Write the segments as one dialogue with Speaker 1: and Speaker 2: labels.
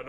Speaker 1: an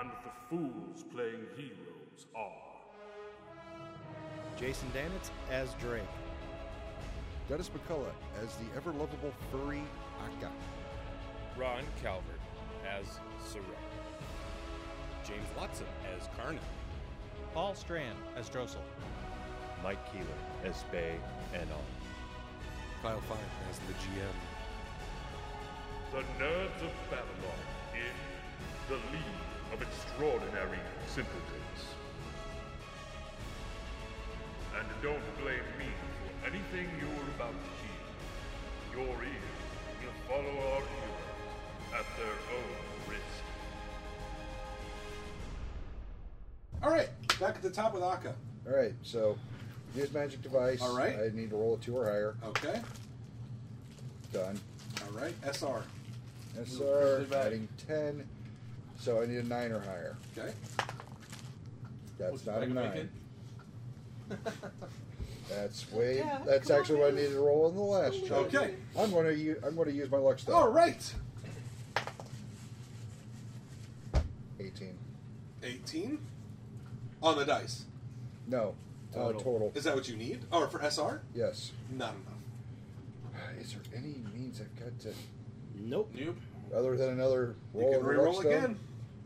Speaker 1: And the fools playing heroes are.
Speaker 2: Jason Danitz as Drake.
Speaker 3: Dennis McCullough as the ever lovable furry Akka.
Speaker 4: Ron Calvert as Sorrel. James Watson as Carney.
Speaker 5: Paul Strand as Drossel.
Speaker 6: Mike Keeler as Bay and all.
Speaker 3: Kyle Fine as the GM.
Speaker 1: The Nerds of Babylon in The League of Extraordinary Simpletons. And don't blame me for anything you're about to hear. Your ears will follow our heroes at their own risk.
Speaker 7: All right, back at the top with Akka.
Speaker 3: All right, so use magic device.
Speaker 7: All right.
Speaker 3: I need to roll a two or higher.
Speaker 7: Okay.
Speaker 3: Done.
Speaker 7: All right. SR.
Speaker 3: SR adding ten, so I need a nine or higher.
Speaker 7: Okay.
Speaker 3: That's
Speaker 8: Which
Speaker 3: not a
Speaker 8: dragon make
Speaker 3: nine.
Speaker 8: it?
Speaker 3: That's way.
Speaker 9: Yeah,
Speaker 3: that's
Speaker 9: come on,
Speaker 3: actually what I
Speaker 9: man.
Speaker 3: needed to roll in the last check.
Speaker 7: Okay.
Speaker 3: I'm gonna use. I'm gonna use my luck stuff.
Speaker 7: All right.
Speaker 3: Eighteen.
Speaker 7: 18 on the dice.
Speaker 3: No. Total. Uh, total.
Speaker 7: Is that what you need? Or for SR?
Speaker 3: Yes.
Speaker 7: Not enough.
Speaker 3: Is there any means I've got to
Speaker 2: Nope.
Speaker 8: Nope.
Speaker 3: other than another
Speaker 7: You
Speaker 3: roll?
Speaker 7: can
Speaker 3: of the luck
Speaker 7: reroll
Speaker 3: stuff?
Speaker 7: again.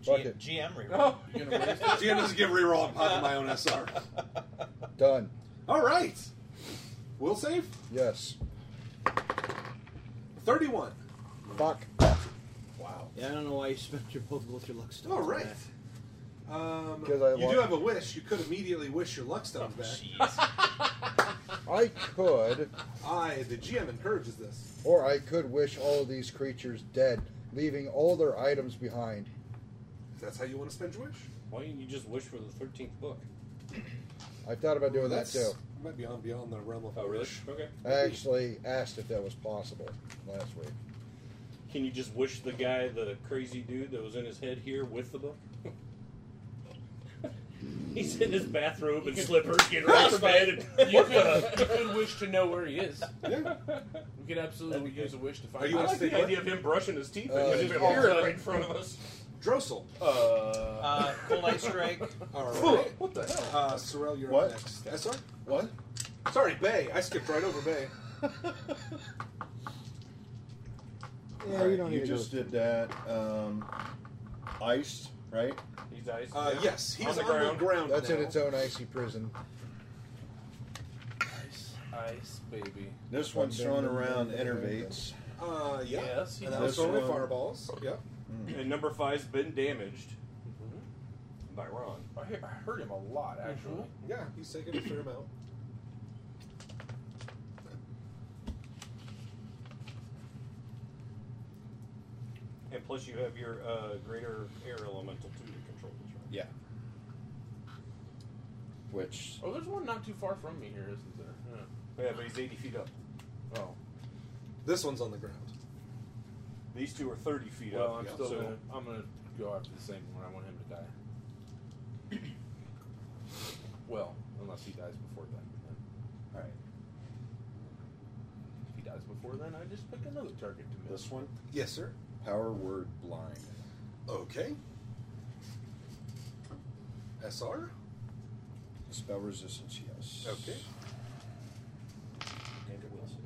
Speaker 3: Fuck
Speaker 5: G-
Speaker 3: it.
Speaker 5: GM reroll.
Speaker 8: You're gonna raise it?
Speaker 7: GM doesn't give reroll. I'm popping my own SR.
Speaker 3: Done.
Speaker 7: All right. Will save.
Speaker 3: Yes.
Speaker 7: 31.
Speaker 3: Fuck.
Speaker 7: Wow.
Speaker 2: Yeah, I don't know why you spent your both both your luck stuff.
Speaker 7: All
Speaker 2: on
Speaker 7: right.
Speaker 2: that.
Speaker 7: Um, you
Speaker 3: Because I Oh,
Speaker 7: do
Speaker 3: lost-
Speaker 7: have a wish. You could immediately wish your luck stones back.
Speaker 5: Jeez.
Speaker 3: I could,
Speaker 7: I, the GM, encourages this.
Speaker 3: or I could wish all of these creatures dead, leaving all their items behind.
Speaker 7: If that's how you want to spend your wish.
Speaker 4: Why didn't you just wish for the thirteenth book?
Speaker 3: I thought about doing that
Speaker 7: That's-
Speaker 3: too.
Speaker 7: Might be on beyond the realm of
Speaker 4: Oh, really?
Speaker 7: wish.
Speaker 4: Okay.
Speaker 3: I actually asked if that was possible last week.
Speaker 4: Can you just wish the guy, the crazy dude that was in his head here, with the book? He's in his bathrobe and slippers, getting ready for bed. and-
Speaker 8: You could, you could wish to know where he is.
Speaker 7: Yeah.
Speaker 8: We could absolutely use a wish to find.
Speaker 7: Are you
Speaker 4: I
Speaker 8: him.
Speaker 7: wanna
Speaker 4: like
Speaker 7: stay
Speaker 4: the
Speaker 7: what?
Speaker 4: idea of him brushing his teeth
Speaker 3: Uh,
Speaker 4: and just
Speaker 3: yeah.
Speaker 4: all right in front of us.
Speaker 7: Drossel.
Speaker 8: Uh,
Speaker 5: Uh, Kool Aid Strike.
Speaker 7: All right.
Speaker 8: what the hell?
Speaker 7: Uh, Sorrel, you're
Speaker 8: What?
Speaker 7: up next. SR?
Speaker 8: What?
Speaker 7: Sorry, Bay. I skipped right over Bay.
Speaker 10: Yeah, you don't You just did that. Um, ice, right?
Speaker 4: He's ice.
Speaker 7: Uh, yes, he's on the ground,
Speaker 3: That's
Speaker 7: now.
Speaker 3: in its own icy prison.
Speaker 8: Ice, ice, baby.
Speaker 10: This one's thrown around enervates.
Speaker 7: Uh, yeah.
Speaker 8: Yes, he
Speaker 7: and that
Speaker 8: does.
Speaker 7: was thrown with
Speaker 10: This one.
Speaker 7: fireballs. Yep.
Speaker 4: And number five's been damaged by Ron.
Speaker 8: I hear- I heard him a lot actually.
Speaker 7: Yeah, he's taking a fair amount.
Speaker 4: And plus, you have your uh, greater air elemental too to control this, right?
Speaker 10: Yeah. Which
Speaker 8: Oh, there's one not too far from me here, isn't there?
Speaker 4: Yeah, but he's 80 feet up.
Speaker 8: Yeah. Oh,
Speaker 7: This one's on the ground.
Speaker 4: These two are 30 feet
Speaker 8: well,
Speaker 4: up.
Speaker 8: I'm
Speaker 4: yeah,
Speaker 8: still
Speaker 4: so-
Speaker 8: gonna, I'm gonna go after the same one. I want him to die. well, unless he dies before then.
Speaker 10: all right.
Speaker 8: If he dies before then, I just pick another target to miss.
Speaker 10: This one,
Speaker 7: Yes, sir.
Speaker 10: power word blind.
Speaker 7: Okay. SR?
Speaker 10: Spell resistance, yes.
Speaker 7: Okay.
Speaker 4: And it will save,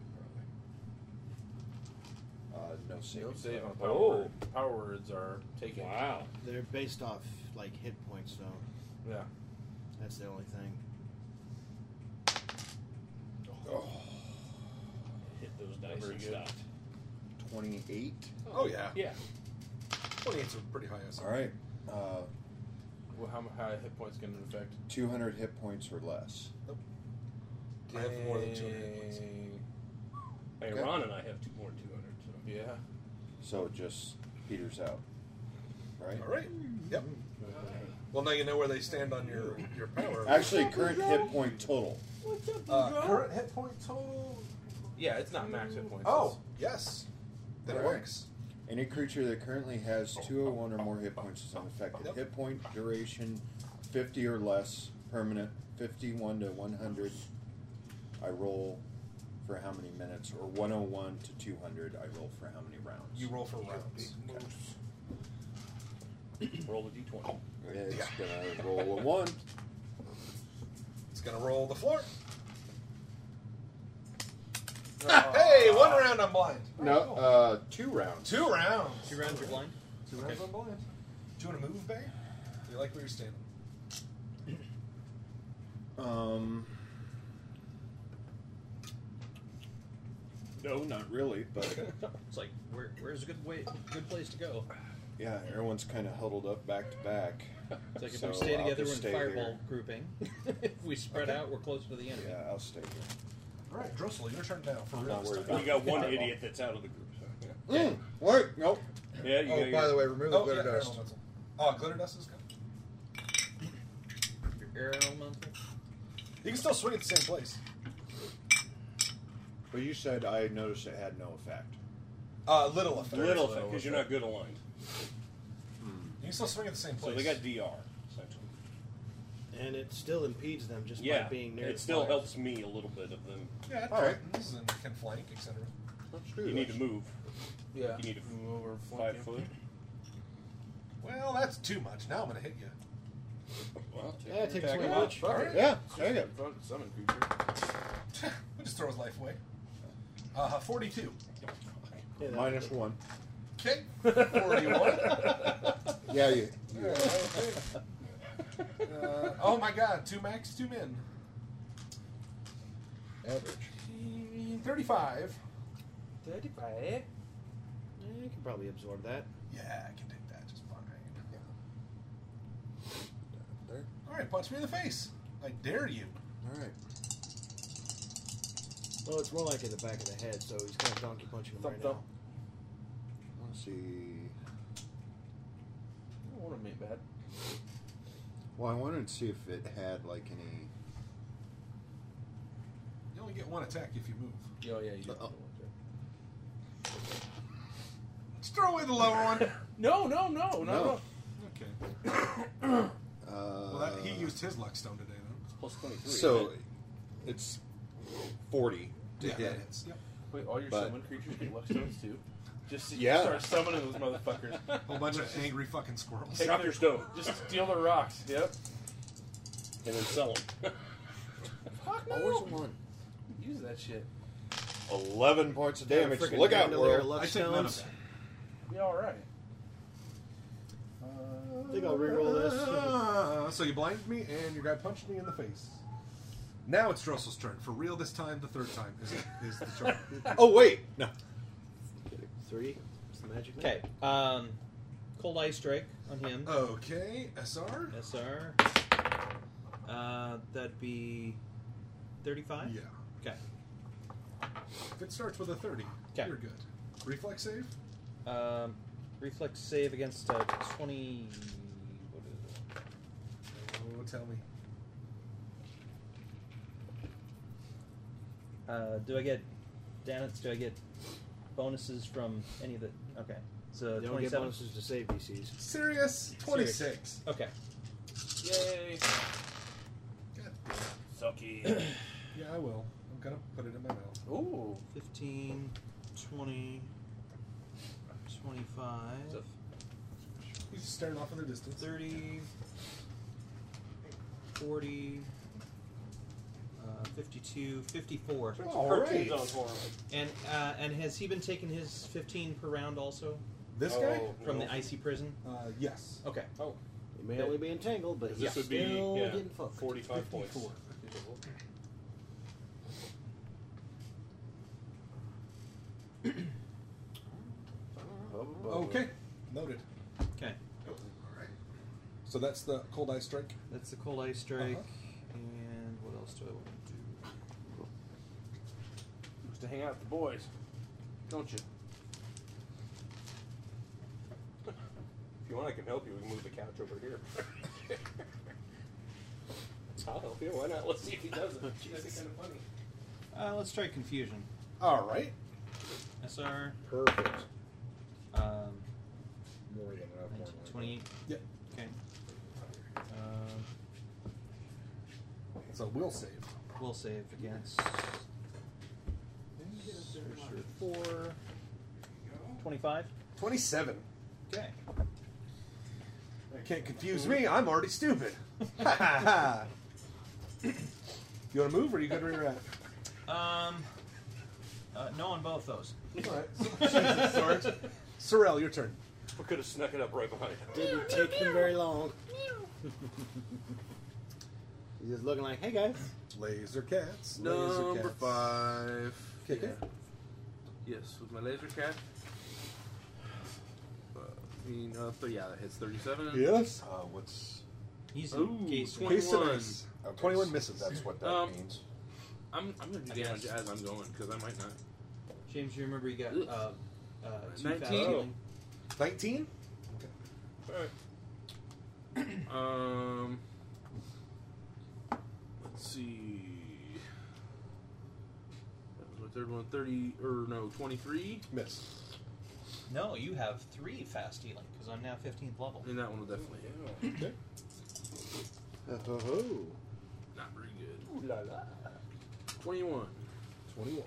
Speaker 10: Uh, no save.
Speaker 8: No save on power.
Speaker 4: Oh.
Speaker 8: word. Power words are taken.
Speaker 4: probably. Wow.
Speaker 2: They're based off like hit points, though.
Speaker 8: Yeah.
Speaker 2: That's the only thing.
Speaker 10: Oh,
Speaker 4: Hit those dice
Speaker 8: Very
Speaker 4: and
Speaker 8: good.
Speaker 4: stopped.
Speaker 10: Twenty-eight.
Speaker 7: Oh, yeah.
Speaker 4: Yeah.
Speaker 7: 28's a pretty high SR.
Speaker 10: All right. Uh,
Speaker 8: Well, how, how hit points can it affect?
Speaker 10: two hundred hit points or less.
Speaker 7: Do you have more than 200 points?
Speaker 8: Dang.
Speaker 4: Hey,
Speaker 10: Okay.
Speaker 4: Ron and I have two more than 200. So.
Speaker 8: Yeah.
Speaker 10: So it just peters out.
Speaker 8: right?
Speaker 7: All right. Yep. Well, now you know where they stand on your your power.
Speaker 8: Actually, current hit point total.
Speaker 7: Uh,
Speaker 1: Current hit point total. Yeah, it's not max hit points.
Speaker 7: oh yes, that
Speaker 8: All right.
Speaker 7: works.
Speaker 8: Any creature that currently has 201 or more hit points is unaffected.
Speaker 7: Yep.
Speaker 8: Hit point duration 50 or less, permanent 51 to 100. I roll for how many minutes, or 101 to 200. I roll for how many rounds.
Speaker 7: You roll for rounds.
Speaker 10: Roll a d20.
Speaker 8: It's
Speaker 7: Yeah.
Speaker 8: gonna roll a one.
Speaker 7: It's gonna roll the floor. hey, one round I'm blind.
Speaker 8: No, uh, two rounds.
Speaker 7: Two rounds.
Speaker 2: Two rounds you're blind.
Speaker 7: Two rounds I'm blind. Do you want to move, Bay? You like where you're standing?
Speaker 8: Um. No, not really, but
Speaker 2: It's like where, where's a good way, good place to go?
Speaker 8: yeah, everyone's kind of huddled up back to back.
Speaker 2: It's like if
Speaker 8: So
Speaker 2: we stay
Speaker 8: I'll
Speaker 2: together, we're in
Speaker 8: just stay
Speaker 2: fireball
Speaker 8: here.
Speaker 2: grouping. if we spread
Speaker 7: Okay.
Speaker 2: out, we're closer to the enemy.
Speaker 8: Yeah, I'll stay here.
Speaker 7: All right, Drossel, your turn now. For real.
Speaker 8: Not
Speaker 7: this
Speaker 8: worried
Speaker 7: time.
Speaker 8: about
Speaker 10: You got one idiot that's out of the group.
Speaker 8: Mm, what? Nope.
Speaker 10: Yeah, you
Speaker 3: Oh,
Speaker 10: got
Speaker 3: by the way, remove the
Speaker 7: Oh,
Speaker 3: glitter
Speaker 7: yeah,
Speaker 3: dust.
Speaker 7: elemental. Oh, glitter dust is good.
Speaker 2: Your air elemental.
Speaker 7: You can still swing at the same place.
Speaker 8: But you said I noticed it had no effect.
Speaker 7: Uh, little effect.
Speaker 10: little thing, because you're not good aligned.
Speaker 7: You can still swing at the same
Speaker 10: So
Speaker 7: place.
Speaker 10: they got DR, essentially.
Speaker 11: And it still impedes them just
Speaker 10: Yeah,
Speaker 11: by being near.
Speaker 10: it
Speaker 11: the
Speaker 10: still
Speaker 11: fire.
Speaker 10: helps me a little bit of them.
Speaker 7: yeah, it
Speaker 8: All right.
Speaker 7: threatens and can flank, etc.
Speaker 8: Let's do
Speaker 10: You need to
Speaker 8: this.
Speaker 10: move.
Speaker 1: Yeah.
Speaker 10: You need a
Speaker 1: Move over
Speaker 10: Five
Speaker 1: flank
Speaker 10: foot.
Speaker 1: him.
Speaker 7: Well, that's too much. Now I'm gonna hit you.
Speaker 10: Well,
Speaker 11: Yeah, take
Speaker 1: Attack
Speaker 11: a
Speaker 1: him
Speaker 11: swing.
Speaker 1: up.
Speaker 11: each.
Speaker 1: Fuck it.
Speaker 8: Yeah, take it.
Speaker 1: Fuck it, Summon creature.
Speaker 7: we just throw his life away. Uh, 42.
Speaker 11: Yeah, that-
Speaker 8: Minus one.
Speaker 7: Okay. 41.
Speaker 8: Yeah, you.
Speaker 7: Uh, oh my god, two max, two men.
Speaker 3: Average.
Speaker 7: 35.
Speaker 1: Thirty-five.
Speaker 11: Yeah, you can probably absorb that.
Speaker 7: Yeah, I can take that just fine. Alright, punch me in the face. I dare you.
Speaker 8: All right.
Speaker 11: Well, it's more like in the back of the head, so he's kind of donkey punching him
Speaker 1: Thump,
Speaker 11: right
Speaker 1: thump.
Speaker 11: now.
Speaker 8: Let's see.
Speaker 1: I don't want to make bad.
Speaker 8: Well, I wanted to see if it had like any.
Speaker 7: You only get one attack if you move.
Speaker 1: Oh yeah, you do.
Speaker 8: Uh-oh.
Speaker 7: Just throw away the lower one.
Speaker 1: No, no, no, no, no.
Speaker 8: No.
Speaker 7: Okay.
Speaker 8: Uh,
Speaker 7: Well, that, he used his luck stone today, though.
Speaker 10: plus 23.
Speaker 8: So, it's forty to
Speaker 7: Yeah,
Speaker 8: hit.
Speaker 7: that hits. Yep.
Speaker 1: Wait, all your
Speaker 8: But-
Speaker 1: summon creatures get luck stones too. Just so you
Speaker 8: Yeah.
Speaker 1: start summoning those motherfuckers.
Speaker 7: Whole bunch of angry fucking squirrels.
Speaker 1: Take
Speaker 10: Drop
Speaker 1: their-
Speaker 10: your stone.
Speaker 1: Just steal the rocks. Yep.
Speaker 10: and then sell them.
Speaker 11: Oh,
Speaker 1: Fuck no.
Speaker 8: Always one.
Speaker 1: Use that shit.
Speaker 8: Eleven points of
Speaker 11: Yeah,
Speaker 8: damage.
Speaker 11: frickin'
Speaker 8: Look out,
Speaker 11: random there,
Speaker 8: world.
Speaker 11: luck
Speaker 7: I take none of
Speaker 11: stones.
Speaker 7: that.
Speaker 1: Be all right.
Speaker 11: I think I'll reroll this.
Speaker 8: Ah,
Speaker 7: Uh, so you blinded me, and your guy punched me in the face. Now it's Drossel's turn. For real this time, the third time is, is the turn.
Speaker 8: Oh wait, no.
Speaker 11: Three. It's the magic number.
Speaker 2: Okay. Um, cold ice strike on him.
Speaker 7: Okay, SR?
Speaker 2: SR. Uh, that'd be thirty-five.
Speaker 7: Yeah.
Speaker 2: Okay.
Speaker 7: If it starts with a 30,
Speaker 2: Okay.
Speaker 7: you're good. Reflex save?
Speaker 2: Um, reflex save against uh, twenty. What is it?
Speaker 7: Oh, tell me.
Speaker 2: Uh, do I get damage? Do I get bonuses from any of the? Okay, so
Speaker 11: You don't get
Speaker 2: twenty-seven.
Speaker 11: bonuses to save DCs.
Speaker 7: Serious? 26.
Speaker 2: Okay,
Speaker 1: Yay.
Speaker 7: God
Speaker 10: Sucky.
Speaker 7: damn. Yeah, I will. I'm going to put it in my mouth.
Speaker 1: Ooh.
Speaker 2: 15, 20, 25,
Speaker 7: He's just staring off in the distance.
Speaker 2: 30, 40, uh, 52, 54.
Speaker 7: All right.
Speaker 10: on for him.
Speaker 2: And uh, and has he been taking his 15 per round also
Speaker 7: This
Speaker 10: Oh.
Speaker 7: guy?
Speaker 2: from
Speaker 10: No.
Speaker 2: the icy prison?
Speaker 7: Uh, yes.
Speaker 2: Okay.
Speaker 1: oh.
Speaker 11: He may only be entangled, but he's
Speaker 10: This would be
Speaker 11: still
Speaker 10: yeah,
Speaker 11: getting fucked.
Speaker 10: 45 points.
Speaker 7: 54. Okay. Noted.
Speaker 2: Okay.
Speaker 7: All right. So that's the cold ice strike.
Speaker 2: That's the cold ice strike.
Speaker 7: Uh-huh.
Speaker 2: And what else do I want to do?
Speaker 1: Wants to hang out with the boys, don't you?
Speaker 10: you want, I can help you. We can move the couch over here. I'll help you. Why not? Let's see if he does it. That's kind of funny.
Speaker 2: Uh, let's try confusion.
Speaker 7: All right.
Speaker 2: SR
Speaker 3: Perfect.
Speaker 2: um,
Speaker 3: More than enough. more than enough.
Speaker 2: 28.
Speaker 7: Yep.
Speaker 2: Okay. Um,
Speaker 7: So we'll save.
Speaker 2: Will save against Sorcerer 4. 25.
Speaker 7: 27.
Speaker 2: Okay.
Speaker 7: You can't confuse me. I'm already stupid. Ha, ha, ha. you want to move or are you good where you're at?
Speaker 2: Um, uh, no on both those.
Speaker 7: All right. Jesus, Sarge. Sorrel, your turn.
Speaker 10: I could have snuck it up right behind him.
Speaker 11: Didn't take him very long. He's just looking like, hey guys.
Speaker 7: Laser cats. laser
Speaker 1: Number
Speaker 7: cats.
Speaker 1: five.
Speaker 7: Kick it.
Speaker 1: Yes, with my laser cat. Uh, I mean, uh, th- yeah, that hits 37.
Speaker 7: Yes.
Speaker 8: Uh, what's
Speaker 2: He's
Speaker 1: Ooh,
Speaker 2: in case.
Speaker 1: 20.
Speaker 7: Case and
Speaker 1: 21.
Speaker 7: ice.
Speaker 8: okay,
Speaker 7: 21
Speaker 8: so
Speaker 7: misses.
Speaker 8: That's what that
Speaker 1: Um,
Speaker 8: means.
Speaker 1: I'm, I'm going to do damage as I'm going because I might not.
Speaker 2: James, you remember you got
Speaker 1: Oops.
Speaker 2: uh, uh,
Speaker 1: 19.
Speaker 2: 2000.
Speaker 9: Oh.
Speaker 7: 19.
Speaker 1: Um, let's see. That was my third one. 30, or no, 23.
Speaker 7: Miss.
Speaker 2: No, you have three fast healing because I'm now 15th level.
Speaker 1: And that one will definitely hit.
Speaker 7: ho, ho.
Speaker 1: Not very good. 21.
Speaker 7: 21.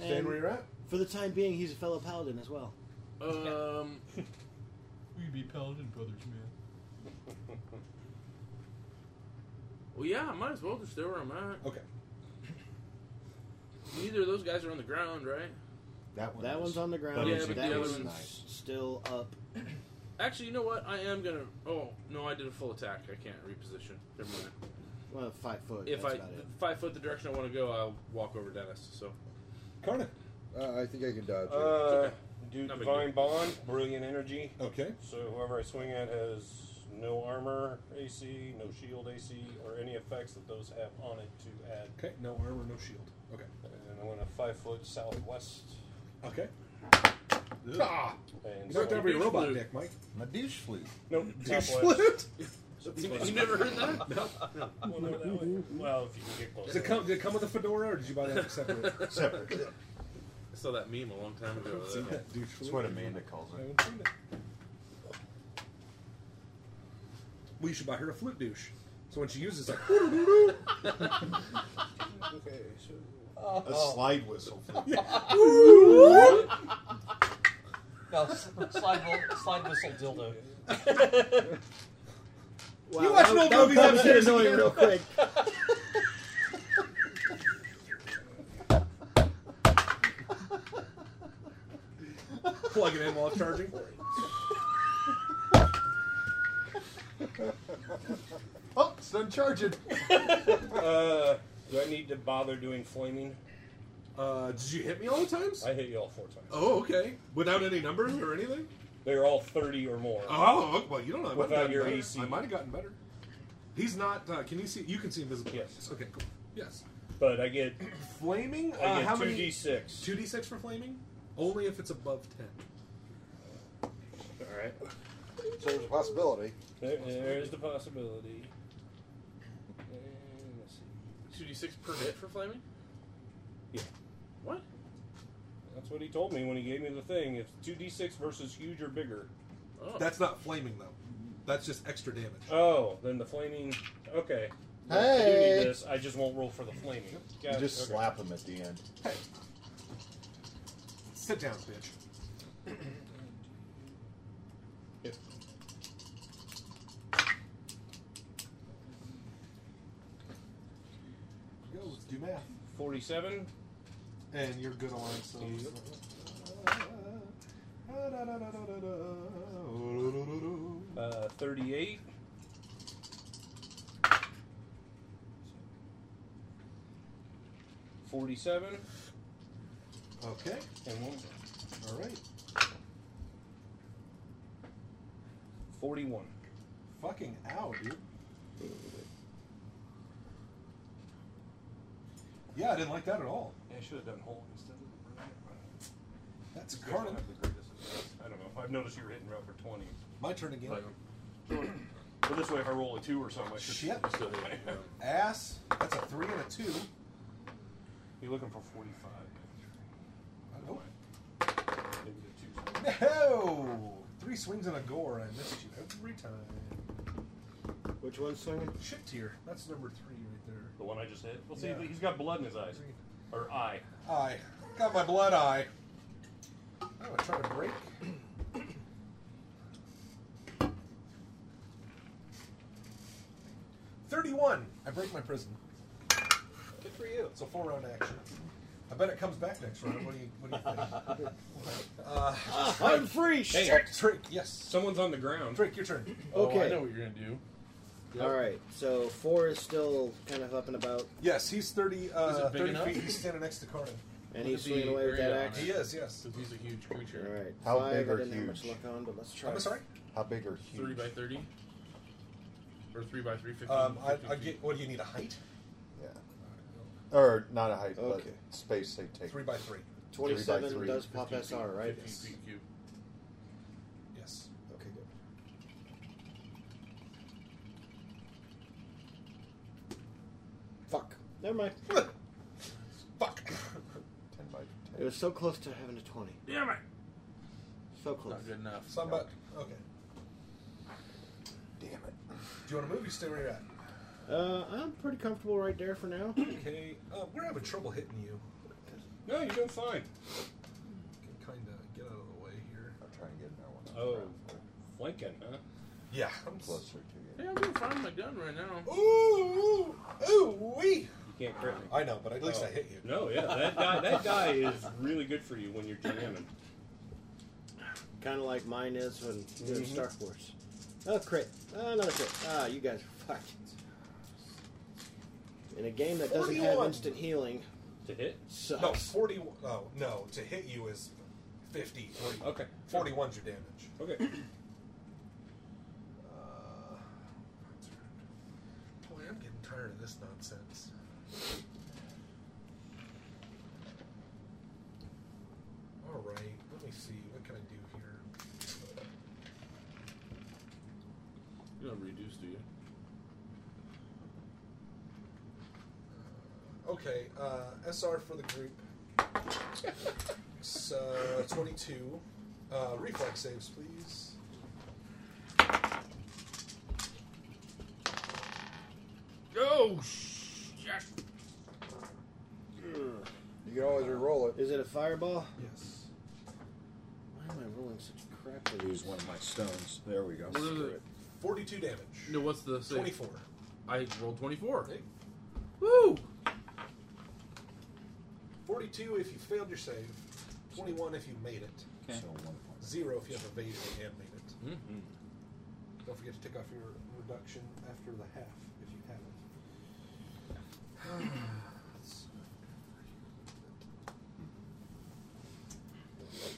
Speaker 7: Stand where you're at.
Speaker 11: For the time being, he's a fellow paladin as well.
Speaker 1: Um,
Speaker 2: We be Paladin Brothers, man.
Speaker 1: well, yeah, I might as well just stay where I'm at.
Speaker 7: Okay.
Speaker 1: Neither of those guys are on the ground, right?
Speaker 8: That one.
Speaker 11: That
Speaker 8: is.
Speaker 11: one's on the ground.
Speaker 8: But
Speaker 1: Yeah,
Speaker 8: it's
Speaker 1: but
Speaker 8: a
Speaker 1: the
Speaker 11: that
Speaker 1: other
Speaker 8: case
Speaker 11: one's
Speaker 8: and
Speaker 1: one's-
Speaker 8: ice.
Speaker 11: still up.
Speaker 1: Actually, you know what? I am gonna. Oh no, I did a full attack. I can't reposition. Never mind.
Speaker 11: Well, five foot.
Speaker 1: If
Speaker 11: that's
Speaker 1: I
Speaker 11: about it.
Speaker 1: five foot the direction I want to go, I'll walk over Dennis. So
Speaker 7: Karna.
Speaker 3: Uh, I think I can dodge it.
Speaker 10: Uh, do
Speaker 1: Not big
Speaker 10: divine
Speaker 1: deal.
Speaker 10: bond, brilliant energy.
Speaker 7: Okay.
Speaker 10: So whoever I swing at has no armor AC, no shield AC, or any effects that those have on it to add.
Speaker 7: Okay. No armor, no shield. Okay.
Speaker 10: And I'm going to five foot southwest.
Speaker 7: Okay. Ah,
Speaker 10: And
Speaker 7: you knocked
Speaker 10: so-
Speaker 7: over your
Speaker 1: Douche
Speaker 7: robot
Speaker 1: flute.
Speaker 7: dick, Mike.
Speaker 8: My douche flute.
Speaker 10: Nope, southwest.
Speaker 7: Flute.
Speaker 1: you, you never heard that? No.
Speaker 10: Well, no, that way- well, if you can get close.
Speaker 7: Does it come? Did it come with a fedora, or did you buy that separate?
Speaker 8: Separate.
Speaker 1: I saw that meme a long time ago.
Speaker 7: Seen
Speaker 1: though.
Speaker 7: that douche flute?
Speaker 8: That's what Amanda calls
Speaker 7: I
Speaker 8: it.
Speaker 7: haven't seen it. We should buy her a flute douche. So when she uses it, it's like,
Speaker 10: Okay, so
Speaker 8: A slide whistle. flute.
Speaker 2: No, s- slide, whistle- slide whistle dildo.
Speaker 11: Wow,
Speaker 7: You watch
Speaker 11: that-
Speaker 7: an old
Speaker 11: that
Speaker 7: movie
Speaker 11: probably
Speaker 7: upstairs
Speaker 11: get annoying
Speaker 7: together.
Speaker 11: real quick.
Speaker 7: plug it in while it's charging.
Speaker 8: oh, it's done charging.
Speaker 10: uh, do I need to bother doing flaming?
Speaker 7: Uh, did you hit me all the times?
Speaker 10: I hit you all four times.
Speaker 7: oh, okay. Without any numbers or anything.
Speaker 10: They're all thirty or more.
Speaker 7: Oh, well, you don't know. I might have
Speaker 10: Without
Speaker 7: gotten
Speaker 10: your
Speaker 7: better.
Speaker 10: AC.
Speaker 7: I might have gotten better. He's not. Uh, can you see? You can see invisible.
Speaker 10: Yes.
Speaker 7: Yes. Okay. Cool. Yes.
Speaker 10: But I get
Speaker 7: Flaming.
Speaker 1: Oh,
Speaker 10: I
Speaker 7: Uh,
Speaker 10: get
Speaker 7: how
Speaker 10: two
Speaker 7: many?
Speaker 10: d six.
Speaker 7: Two d six for flaming. Only if it's above ten.
Speaker 10: All right.
Speaker 3: So there's a possibility.
Speaker 10: There, there is the possibility. And let's see.
Speaker 1: Two d six per hit for flaming.
Speaker 10: Yeah.
Speaker 1: What?
Speaker 10: That's what he told me when he gave me the thing. It's two d six versus huge or bigger.
Speaker 1: Oh.
Speaker 7: That's not flaming though. That's just extra damage.
Speaker 10: Oh, then the flaming. Okay. I do need
Speaker 3: Hey.
Speaker 10: this. I just won't roll for the flaming.
Speaker 8: You
Speaker 10: Gotcha,
Speaker 8: just
Speaker 10: okay.
Speaker 8: slap him at the end.
Speaker 7: Sit down, bitch. Go, let's do math.
Speaker 10: Forty-seven.
Speaker 7: And you're good on so.
Speaker 10: Uh, Thirty-eight. Forty-seven.
Speaker 7: Okay,
Speaker 10: And one.
Speaker 7: all right.
Speaker 10: Forty-one.
Speaker 7: Fucking ow, dude. Yeah, I didn't like that at all.
Speaker 10: I should have done whole instead of the
Speaker 7: That's a carnal.
Speaker 10: the greatest I don't know. I've noticed you were hitting around for 20.
Speaker 7: My turn again.
Speaker 10: But, but this way, if I roll a 2 or something, I should
Speaker 7: Shit.
Speaker 10: still hit.
Speaker 7: Ass. That's a three and a two.
Speaker 10: You're looking for 45.
Speaker 7: Nope.
Speaker 10: Maybe the two's-
Speaker 7: No! Three swings and a gore, and I missed you every time.
Speaker 11: Which one's swinging?
Speaker 7: Shit tier. That's number three right there.
Speaker 10: The one I just hit. Well, see,
Speaker 7: Yeah.
Speaker 10: he's got blood in his eyes. Or eye.
Speaker 7: Eye. Got my blood eye. Oh, I try to break. Thirty-one. I break my prison. Good for you. It's a four-round action. I bet it comes back next round. What do you, what do you think? uh,
Speaker 1: Ah,
Speaker 11: I'm free. Shit.
Speaker 7: trick. Yes.
Speaker 1: Someone's on the ground.
Speaker 7: Trick. Your turn.
Speaker 1: Oh, I
Speaker 11: Okay.
Speaker 1: know what you're gonna do.
Speaker 11: All right. So four is still kind of up and about,
Speaker 7: Yes, he's thirty.
Speaker 1: Is
Speaker 7: Uh,
Speaker 1: it big
Speaker 7: thirty
Speaker 1: enough?
Speaker 7: feet. He's standing next to Carden.
Speaker 11: and
Speaker 1: Would
Speaker 11: he's
Speaker 1: it be
Speaker 11: swinging away with
Speaker 1: area
Speaker 11: that
Speaker 1: on
Speaker 11: axe.
Speaker 7: He is. Yes.
Speaker 1: Because he's a huge
Speaker 11: All
Speaker 1: creature.
Speaker 11: right.
Speaker 8: How
Speaker 11: Five.
Speaker 8: big or
Speaker 11: I didn't have much
Speaker 8: huge?
Speaker 11: luck on, but let's try.
Speaker 7: I'm
Speaker 11: it.
Speaker 7: sorry.
Speaker 8: How big are huge?
Speaker 1: Three by thirty, or three by three fifty.
Speaker 7: Um, I, I get. What do you need? A height?
Speaker 8: Yeah. Or not a height,
Speaker 11: Okay.
Speaker 8: but space they take.
Speaker 7: Three by three.
Speaker 11: Twenty-seven
Speaker 8: three.
Speaker 11: does pop SR, right?
Speaker 1: Fifteen feet cube.
Speaker 7: Yes.
Speaker 11: Okay, good. Fuck. Never mind.
Speaker 7: Fuck.
Speaker 8: Ten by
Speaker 11: It
Speaker 8: ten.
Speaker 11: was so close to having a twenty.
Speaker 1: Damn it!
Speaker 11: So close.
Speaker 1: Not good enough.
Speaker 7: Somebody. Okay.
Speaker 8: Damn it.
Speaker 7: Do you want to move? or You stay where you're at.
Speaker 11: Uh, I'm pretty comfortable right there for now.
Speaker 7: Okay. Uh, we're having trouble hitting you.
Speaker 1: No, you're doing fine.
Speaker 7: Can kind of get out of the way here.
Speaker 8: I'll try and get that one.
Speaker 1: Oh.
Speaker 8: around for-
Speaker 1: Flanking, huh?
Speaker 7: Yeah. I'm
Speaker 8: Closer to
Speaker 1: Yeah,
Speaker 8: you.
Speaker 1: I'm doing fine with my gun right now.
Speaker 10: Oh,
Speaker 7: Ooh, ooh, ooh, wee.
Speaker 10: You can't crit me.
Speaker 7: I know, but at least
Speaker 10: Oh.
Speaker 7: I hit you.
Speaker 10: No, yeah, that guy, that guy is really good for you when you're jamming.
Speaker 11: Kind of like mine is when you do Star Wars. Oh, crit. Ah, another crit. Ah, you guys are fucked. In a game that doesn't have
Speaker 7: 41.
Speaker 11: instant healing,
Speaker 10: To hit?
Speaker 11: sucks.
Speaker 7: No, forty. Oh no, to hit you is fifty-three.
Speaker 10: Okay.
Speaker 7: Forty-one's your damage.
Speaker 10: Okay.
Speaker 7: Uh, boy, I'm getting tired of this nonsense. All right, let me see. What can I do here?
Speaker 1: You don't reduce, do you?
Speaker 7: Okay, uh, SR for the group. so twenty-two. Uh, reflex saves, please.
Speaker 1: Oh, sh- yes.
Speaker 8: You can always re-roll it.
Speaker 11: Is it a fireball?
Speaker 7: Yes.
Speaker 11: Why am I rolling such crap with
Speaker 8: Lose
Speaker 11: these?
Speaker 8: one of my stones. There we go.
Speaker 1: What is
Speaker 8: Screw
Speaker 1: it?
Speaker 8: it.
Speaker 7: Forty-two damage.
Speaker 1: No, what's the save?
Speaker 7: Twenty-four.
Speaker 1: I rolled twenty-four.
Speaker 7: Okay.
Speaker 1: Woo!
Speaker 7: Forty-two if you failed your save. Twenty-one if you made it.
Speaker 2: Okay.
Speaker 8: So one point.
Speaker 7: Zero if you have evaded and made it.
Speaker 1: Mm-hmm.
Speaker 7: Don't forget to take off your reduction after the half if you have it.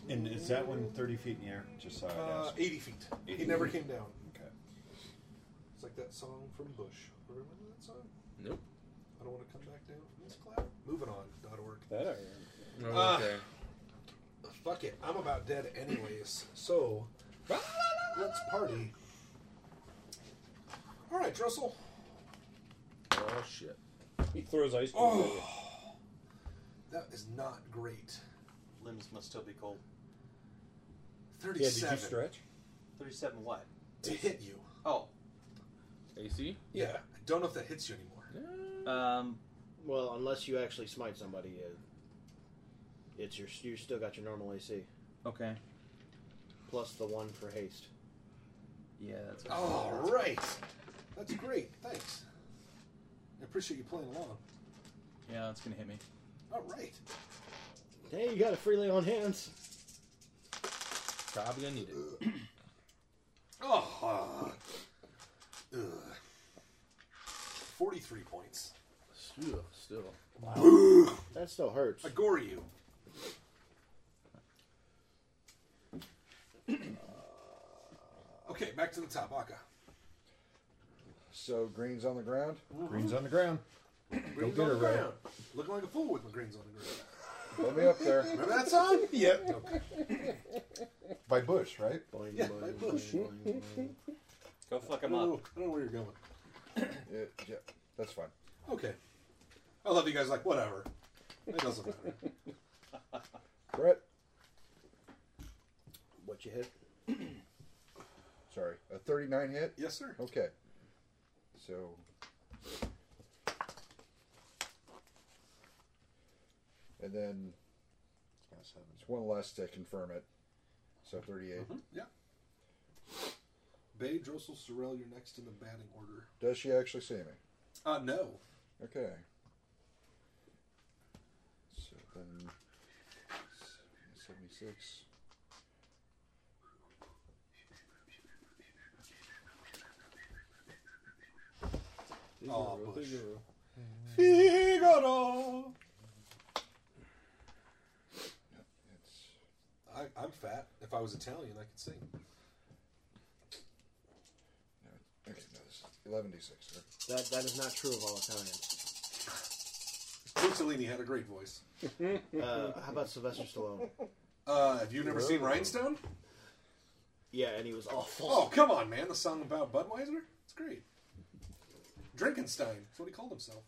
Speaker 8: And is that one 30 feet in the air? Just so
Speaker 7: Uh,
Speaker 8: I'd ask.
Speaker 7: 80 feet. he
Speaker 8: 80
Speaker 7: never
Speaker 8: feet.
Speaker 7: came down.
Speaker 8: Okay.
Speaker 7: It's like that song from Bush. Remember that song?
Speaker 1: Nope.
Speaker 7: I don't want to come back down from this cloud. Moving on. Dot org.
Speaker 10: That I
Speaker 1: Oh,
Speaker 7: Ah.
Speaker 1: okay.
Speaker 7: Uh, Fuck it. I'm about dead anyways. So let's party. All right, Drussel.
Speaker 1: Oh shit.
Speaker 10: He throws ice cream.
Speaker 7: Oh.
Speaker 10: at you.
Speaker 7: That is not great.
Speaker 9: Limbs must still be cold.
Speaker 10: Yeah, did
Speaker 7: 37
Speaker 10: you stretch?
Speaker 9: 37 what?
Speaker 7: to hit you.
Speaker 9: Oh,
Speaker 1: AC.
Speaker 7: Yeah. I don't know if that hits you anymore.
Speaker 9: um,
Speaker 11: Well, unless you actually smite somebody, uh, it's your you still got your normal AC
Speaker 2: Okay.
Speaker 11: plus the one for haste.
Speaker 2: Yeah, that's
Speaker 9: Oh.
Speaker 7: All right. That's great. Thanks. I appreciate you playing along.
Speaker 2: yeah, that's gonna hit me.
Speaker 7: All right.
Speaker 11: Hey, you got a free lay on hands.
Speaker 1: Probably gonna need it.
Speaker 7: Oh. Ugh. 43 points.
Speaker 1: Still, still.
Speaker 11: That still hurts.
Speaker 7: I gore you. Okay, back to the top, Aka.
Speaker 3: So green's on the ground.
Speaker 8: Green's on the ground.
Speaker 7: Greens
Speaker 8: get
Speaker 7: on the
Speaker 8: it, Ray.
Speaker 7: ground. Looking like a fool with my greens on the ground.
Speaker 3: Put me up there.
Speaker 7: Remember that song? yep.
Speaker 3: By Bush, right?
Speaker 11: Boing,
Speaker 7: Yeah,
Speaker 11: boing,
Speaker 7: my
Speaker 11: boing,
Speaker 7: bush.
Speaker 11: boing, boing.
Speaker 9: Go fuck
Speaker 7: I
Speaker 9: him
Speaker 7: don't,
Speaker 9: up.
Speaker 7: know, I don't know where you're going.
Speaker 3: Yeah, yeah, that's fine.
Speaker 7: Okay. I love you guys. Like whatever. It doesn't matter.
Speaker 3: Brett,
Speaker 11: What you hit?
Speaker 3: sorry, a 39 hit?
Speaker 7: Yes, sir.
Speaker 3: Okay. So. And then it's one less to confirm it. So 38.
Speaker 7: Yeah. Bay, Drossel, Sorrel, you're next in the batting order.
Speaker 3: Does she actually see me?
Speaker 7: Uh, no.
Speaker 3: Okay. So then. 76.
Speaker 7: Oh, Bush.
Speaker 3: It's
Speaker 7: I, I'm fat. If I was Italian, I could sing.
Speaker 3: no, okay, no, this is 11d6. Okay.
Speaker 11: That, that is not true of all Italians.
Speaker 7: Luke Cellini had a great voice.
Speaker 11: Uh, how about Sylvester Stallone?
Speaker 7: Uh, have you never seen Rhinestone?
Speaker 11: Yeah, and he was awful.
Speaker 7: Oh, come on, man. The song about Budweiser? It's great. Drinkenstein. That's what he called himself.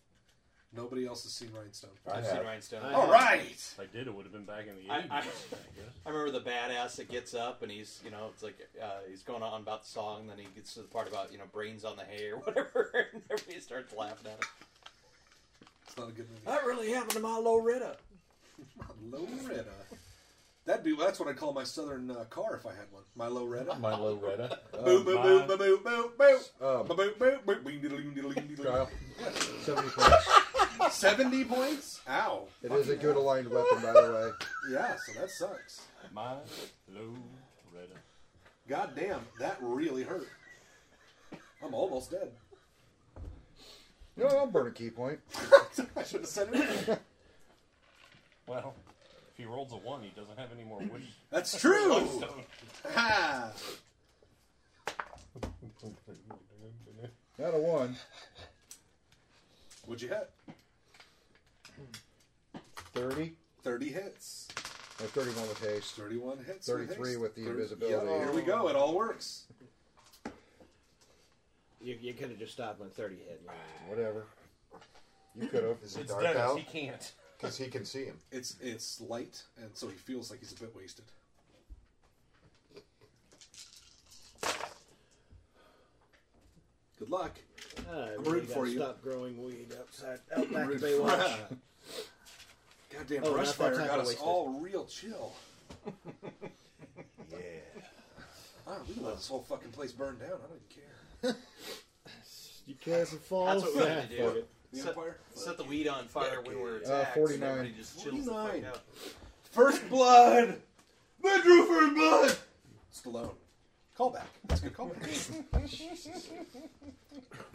Speaker 7: Nobody else has seen Rhinestone.
Speaker 9: I've seen Rhinestone.
Speaker 11: I-
Speaker 7: All right.
Speaker 10: If I did, it would have been back in the
Speaker 9: I-
Speaker 10: 80s.
Speaker 9: I-
Speaker 10: guess.
Speaker 9: I remember the badass that gets up and he's, you know, it's like uh, he's going on about the song, then he gets to the part about, you know, brains on the hay or whatever, and everybody starts laughing at him.
Speaker 7: It's not a good movie.
Speaker 9: That really happened to my Loretta.
Speaker 7: Loretta. That'd be that's what I'd call my southern uh, car if I had one. My Loretta.
Speaker 8: My Loretta.
Speaker 7: Boop boop boop boop boop boop boop.
Speaker 3: Um,
Speaker 7: Boop boop boop boop. Diddling, diddling, diddling.
Speaker 3: Kyle, 70 points.
Speaker 7: Seventy points. Ow.
Speaker 3: It is a good aligned weapon, by the way.
Speaker 7: Yeah. So that sucks.
Speaker 10: My Loretta.
Speaker 7: God damn. That really hurt. I'm almost dead.
Speaker 3: You know, what, I'll burn a key point.
Speaker 7: I should have said it.
Speaker 10: Well, if he rolls a one, he doesn't have any more wishes.
Speaker 7: That's true. Ha.
Speaker 3: Not a one.
Speaker 7: Would you hit?
Speaker 3: 30.
Speaker 7: Thirty hits.
Speaker 3: Or 31 with haste.
Speaker 7: Thirty-one hits.
Speaker 3: 33
Speaker 7: haste.
Speaker 3: with the
Speaker 7: Thir-
Speaker 3: invisibility.
Speaker 7: Yeah, here we go. It all works.
Speaker 11: You, you could have just stopped when 30 hit.
Speaker 3: Whatever. You could have.
Speaker 8: Is it
Speaker 10: It's
Speaker 8: dark
Speaker 10: Dennis.
Speaker 8: out?
Speaker 10: He can't.
Speaker 8: Because he can see him.
Speaker 7: It's it's light, and so he feels like he's a bit wasted. Good luck.
Speaker 11: Uh,
Speaker 7: I'm
Speaker 11: we
Speaker 7: rooting
Speaker 11: gotta
Speaker 7: for you.
Speaker 11: Stop growing weed outside, out back of
Speaker 7: Rooting
Speaker 11: Baywatch.
Speaker 7: for- Goddamn
Speaker 11: Oh,
Speaker 7: brush
Speaker 11: not that
Speaker 7: fire
Speaker 11: type
Speaker 7: got
Speaker 11: of
Speaker 7: us
Speaker 11: wasted.
Speaker 7: all real chill.
Speaker 6: Yeah.
Speaker 7: Ah, we can let this whole fucking place burn down. I don't even care.
Speaker 11: You can't fall.
Speaker 9: That's what we had to
Speaker 11: Oh, Yeah, fuck
Speaker 9: do.
Speaker 11: it.
Speaker 7: The
Speaker 9: Set,
Speaker 7: Empire?
Speaker 9: set the weed on fire when we were
Speaker 3: Uh,
Speaker 9: attacked.
Speaker 3: 49.
Speaker 9: And everybody just chills the fuck
Speaker 7: 49.
Speaker 9: out.
Speaker 7: First blood. They drew first blood. Stallone. Callback. That's a good callback.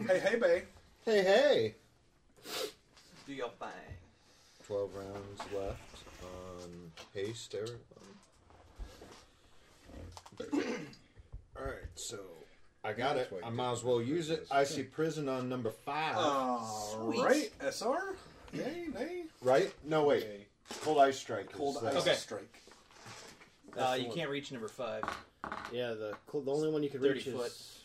Speaker 7: hey, hey, babe.
Speaker 11: Hey, hey.
Speaker 9: Do your thing.
Speaker 8: 12 rounds left on haste, everyone. Alright, so. I got it. I might as well use it. I see prison on number five.
Speaker 7: Oh. All right, SR. Nay, nay.
Speaker 8: right? No, wait. Cold ice strike. is
Speaker 7: Cold
Speaker 8: that.
Speaker 7: ice
Speaker 9: Okay.
Speaker 7: strike.
Speaker 9: Uh,
Speaker 11: the
Speaker 9: you
Speaker 11: one.
Speaker 9: can't reach number five.
Speaker 11: Yeah, the cl- the only one you can
Speaker 9: 30
Speaker 11: reach
Speaker 9: foot.
Speaker 11: is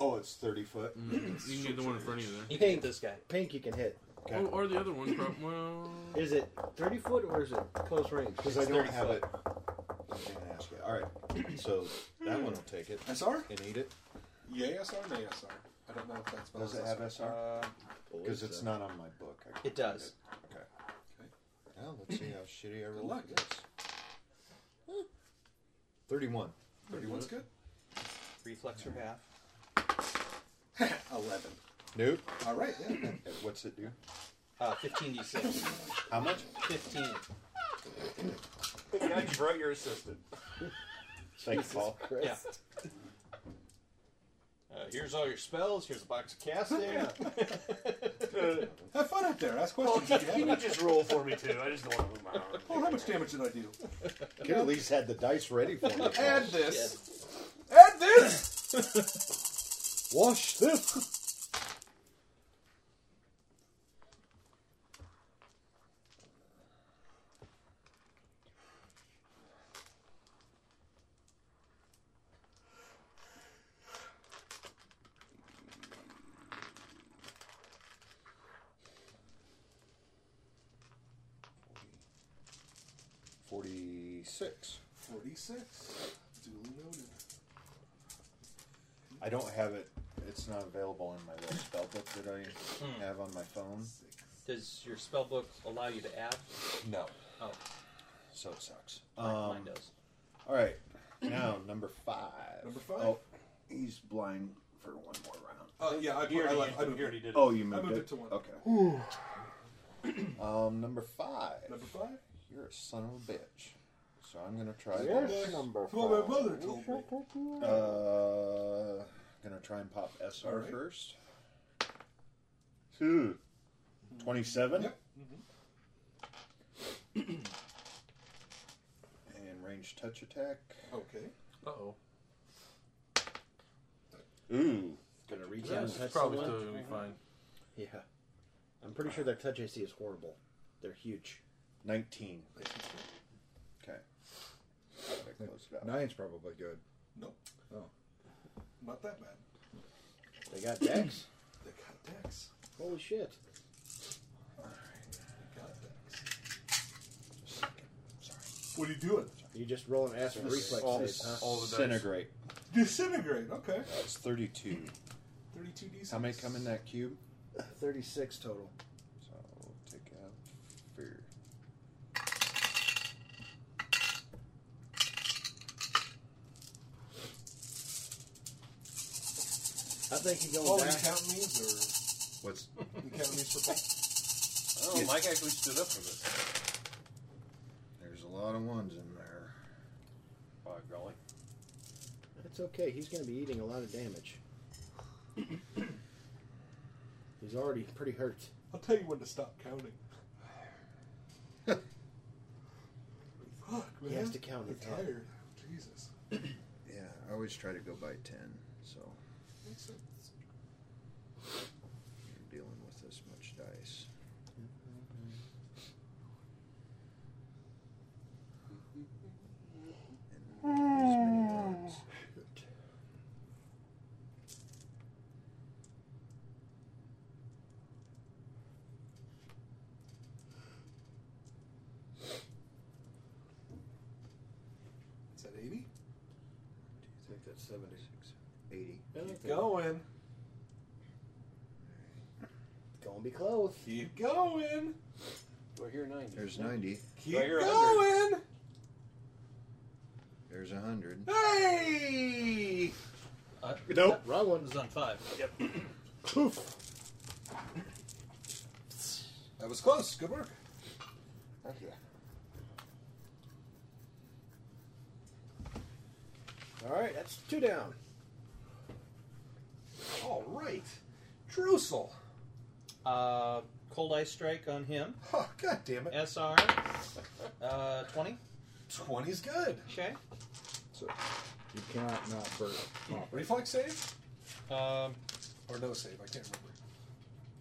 Speaker 8: Oh, it's 30 foot.
Speaker 1: You can get the one in front of you there.
Speaker 9: You can hit this guy.
Speaker 11: pink. You can hit.
Speaker 1: Or, or the other one. prob- Well,
Speaker 11: Is it 30 foot or is it close range?
Speaker 8: Because I don't have it. I was gonna ask you. All right. So that one will take it
Speaker 7: SR?
Speaker 8: and eat it.
Speaker 7: Yay, SR, nay, SR. I don't know if that's
Speaker 8: Does it have SR?
Speaker 9: Uh,
Speaker 8: Because it's not on my book. I can't
Speaker 9: It does.
Speaker 8: find it. Okay. Now let's see how shitty I roll.
Speaker 7: luck.
Speaker 8: for this. Huh. Thirty-one.
Speaker 7: 31's good.
Speaker 9: reflex for half.
Speaker 8: Mm-hmm.
Speaker 7: 11.
Speaker 8: Nope.
Speaker 7: All right, yeah.
Speaker 8: Uh, What's it do?
Speaker 9: Uh, 15d6.
Speaker 8: How much?
Speaker 9: 15.
Speaker 10: Yeah, you brought your assistant.
Speaker 8: Thanks, Paul.
Speaker 9: Yeah. Uh, here's all your spells. Here's a box of casting.
Speaker 7: Have fun out there. Ask questions. if you
Speaker 10: Can you
Speaker 7: have.
Speaker 10: just roll for me too? I just don't want to move my arm.
Speaker 7: Oh, how much damage did I do?
Speaker 8: Could at least had the dice ready for me. Paul.
Speaker 7: Add this. Add this.
Speaker 8: Wash this. 46.
Speaker 7: 46. Duly noted.
Speaker 8: I don't have it. It's not available in my little spell book that I have on my phone.
Speaker 2: Does your spell book allow you to add?
Speaker 8: No,
Speaker 2: Oh,
Speaker 8: so it sucks.
Speaker 2: mine,
Speaker 8: Um,
Speaker 2: mine does.
Speaker 8: All right, now number five.
Speaker 7: Number five.
Speaker 8: Oh, he's blind for one more round.
Speaker 7: Oh, yeah, I,
Speaker 10: He
Speaker 7: I,
Speaker 10: already,
Speaker 7: left- I
Speaker 10: he
Speaker 7: moved
Speaker 10: already
Speaker 7: it.
Speaker 10: did it.
Speaker 8: Oh, you moved,
Speaker 7: moved it to one.
Speaker 8: Okay. um, number five.
Speaker 7: Number five?
Speaker 8: You're a son of a bitch. So I'm gonna try.
Speaker 11: Yes,
Speaker 8: this.
Speaker 11: number
Speaker 7: Well, my
Speaker 11: five.
Speaker 7: brother told me.
Speaker 8: Uh, gonna try and pop
Speaker 7: All
Speaker 8: SR
Speaker 7: right.
Speaker 8: first. Two. 27.
Speaker 7: Yep.
Speaker 8: And range touch attack.
Speaker 7: Okay.
Speaker 1: Uh oh.
Speaker 8: Ooh.
Speaker 11: Gonna reach out
Speaker 1: Yeah,
Speaker 11: and touch
Speaker 1: probably
Speaker 11: someone?
Speaker 1: still gonna be fine.
Speaker 11: Yeah. I'm pretty sure their touch AC is horrible. They're huge.
Speaker 8: 19. Okay. Gotta close it out.
Speaker 3: Nine's probably good.
Speaker 7: No.
Speaker 3: Oh.
Speaker 7: Not that bad.
Speaker 11: They got decks?
Speaker 7: They got decks.
Speaker 11: Holy shit.
Speaker 7: They got decks.
Speaker 8: Just a second. Sorry.
Speaker 7: What are you doing?
Speaker 11: You just roll an ass for reflex
Speaker 8: All,
Speaker 11: saves, huh?
Speaker 1: all the dice.
Speaker 8: disintegrate.
Speaker 7: Disintegrate. Okay.
Speaker 8: That's 32.
Speaker 7: 32 D6.
Speaker 8: How many come in that cube?
Speaker 11: 36 total.
Speaker 8: So we'll take out fear.
Speaker 11: I think you're
Speaker 7: Oh,
Speaker 11: going
Speaker 7: you
Speaker 11: back.
Speaker 7: counting these
Speaker 8: What's?
Speaker 7: or you counting these for fun?
Speaker 8: Oh, Mike actually stood up for this. There's a lot of ones in there. By golly.
Speaker 11: That's okay. He's going to be eating a lot of damage. He's already pretty hurt.
Speaker 7: I'll tell you when to stop counting. Fuck, man.
Speaker 11: He has to count
Speaker 7: I'm
Speaker 11: it up.
Speaker 7: tired. Jesus.
Speaker 8: Yeah, I always try to go by 10, so
Speaker 7: Makes sense.
Speaker 8: you're dealing with this much dice. And these many rounds.
Speaker 7: Is that 80?
Speaker 11: I think that's 70.
Speaker 8: 80.
Speaker 7: Keep going.
Speaker 11: Gonna be close.
Speaker 7: Keep going.
Speaker 10: We're here 90.
Speaker 8: There's 90.
Speaker 7: Keep
Speaker 10: Right here,
Speaker 7: going.
Speaker 8: There's 100.
Speaker 7: Hey!
Speaker 2: Uh,
Speaker 11: Nope. Wrong
Speaker 2: This
Speaker 11: one.
Speaker 2: is on five.
Speaker 7: That was close. Good work.
Speaker 11: All right, that's two down.
Speaker 7: All right. Drusel.
Speaker 2: Uh, cold ice strike on him.
Speaker 7: Oh, God damn it.
Speaker 2: SR. Uh, twenty.
Speaker 7: 20's good.
Speaker 2: Okay.
Speaker 3: You cannot not burst.
Speaker 7: Reflex save?
Speaker 2: Um,
Speaker 7: Or no save? I can't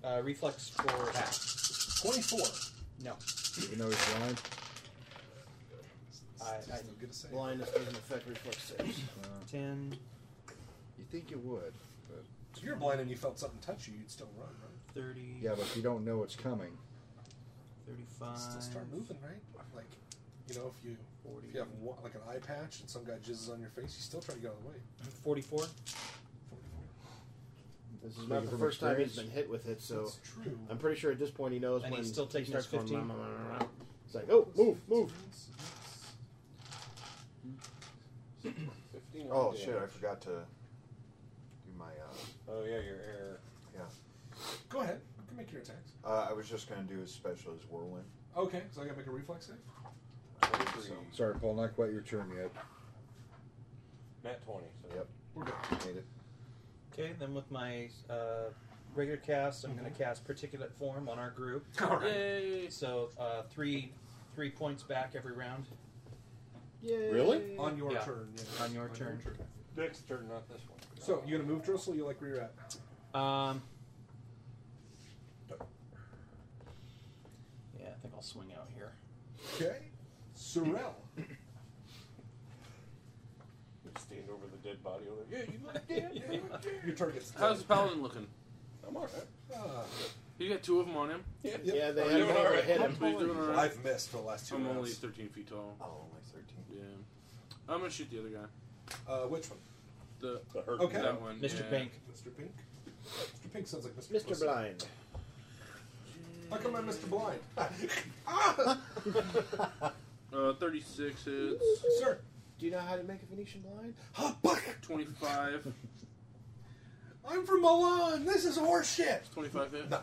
Speaker 7: remember.
Speaker 2: uh, reflex for half.
Speaker 7: 24.
Speaker 2: No.
Speaker 3: Even though he's blind.
Speaker 2: I, I
Speaker 7: Still good to save.
Speaker 11: Blindness doesn't affect reflex saves.
Speaker 2: ten.
Speaker 3: You think you would. But,
Speaker 7: If you're blind and you felt something touch you, you'd still run, right?
Speaker 2: 30,
Speaker 3: yeah, but if you don't know it's coming,
Speaker 2: 35,
Speaker 7: Still start moving, right? Like, you know, if you if you have one, like an eye patch and some guy jizzes on your face, you still try to get out of the way.
Speaker 2: 44.
Speaker 11: This is
Speaker 3: Speaking
Speaker 11: not the
Speaker 3: from
Speaker 11: first time he's been
Speaker 3: experience.
Speaker 11: hit with it, so
Speaker 7: That's true.
Speaker 11: I'm pretty sure at this point he knows
Speaker 2: And
Speaker 11: when
Speaker 2: he's still
Speaker 11: he
Speaker 2: taking his
Speaker 11: starts going,
Speaker 2: 15?
Speaker 11: "Rah, rah, rah, rah." It's like, oh, move, move.
Speaker 10: 59
Speaker 3: Oh
Speaker 10: damage.
Speaker 3: shit! I forgot to do my. Uh,
Speaker 10: Oh, yeah, your error.
Speaker 7: Go ahead. You can make your attacks.
Speaker 3: uh, I was just gonna do his special as whirlwind.
Speaker 7: Okay, so I gotta make a reflex save?
Speaker 10: 23.
Speaker 3: So. Sorry, Paul. Not quite your turn yet.
Speaker 10: Nat 20. So.
Speaker 3: Yep.
Speaker 7: We're good.
Speaker 3: Made it.
Speaker 2: Okay, then with my uh, regular cast, I'm going to cast particulate form on our group.
Speaker 7: All right.
Speaker 1: Yay!
Speaker 2: So uh, three three points back every round.
Speaker 8: Really?
Speaker 7: On your
Speaker 2: Yeah.
Speaker 7: turn. yeah.
Speaker 2: On your turn.
Speaker 10: Next turn, not this one.
Speaker 7: So, you gonna move Drizzle? You like where you're at?
Speaker 2: Um, yeah, I think I'll swing out here.
Speaker 7: Okay. Sorrel.
Speaker 10: You stand over the dead body over there. Yeah, you look dead.
Speaker 7: Your target's
Speaker 1: How's the
Speaker 7: dead.
Speaker 1: paladin looking?
Speaker 10: I'm alright.
Speaker 7: Ah,
Speaker 1: You got two of them on him.
Speaker 11: Yeah, Yeah, they
Speaker 1: Are
Speaker 11: had
Speaker 1: you
Speaker 11: him
Speaker 1: doing
Speaker 11: over
Speaker 1: alright?
Speaker 11: hit him.
Speaker 1: Are you doing alright?
Speaker 7: I've missed for the last two
Speaker 1: I'm
Speaker 7: rounds.
Speaker 1: only 13 feet tall.
Speaker 7: Oh, only 13.
Speaker 1: Yeah. I'm gonna shoot the other guy.
Speaker 7: Uh, which one?
Speaker 1: The,
Speaker 7: okay.
Speaker 1: that one. yeah.
Speaker 7: Mr. Pink? Mr. Pink sounds like Mr.
Speaker 11: Mr.
Speaker 7: Pussy.
Speaker 11: Blind.
Speaker 7: How come I'm Mr. Blind? Ah,
Speaker 1: Uh, 36 hits.
Speaker 7: Sir.
Speaker 11: Do you know how to make a Venetian blind?
Speaker 1: 25.
Speaker 7: I'm from Milan. This is horseshit.
Speaker 1: 25 hit.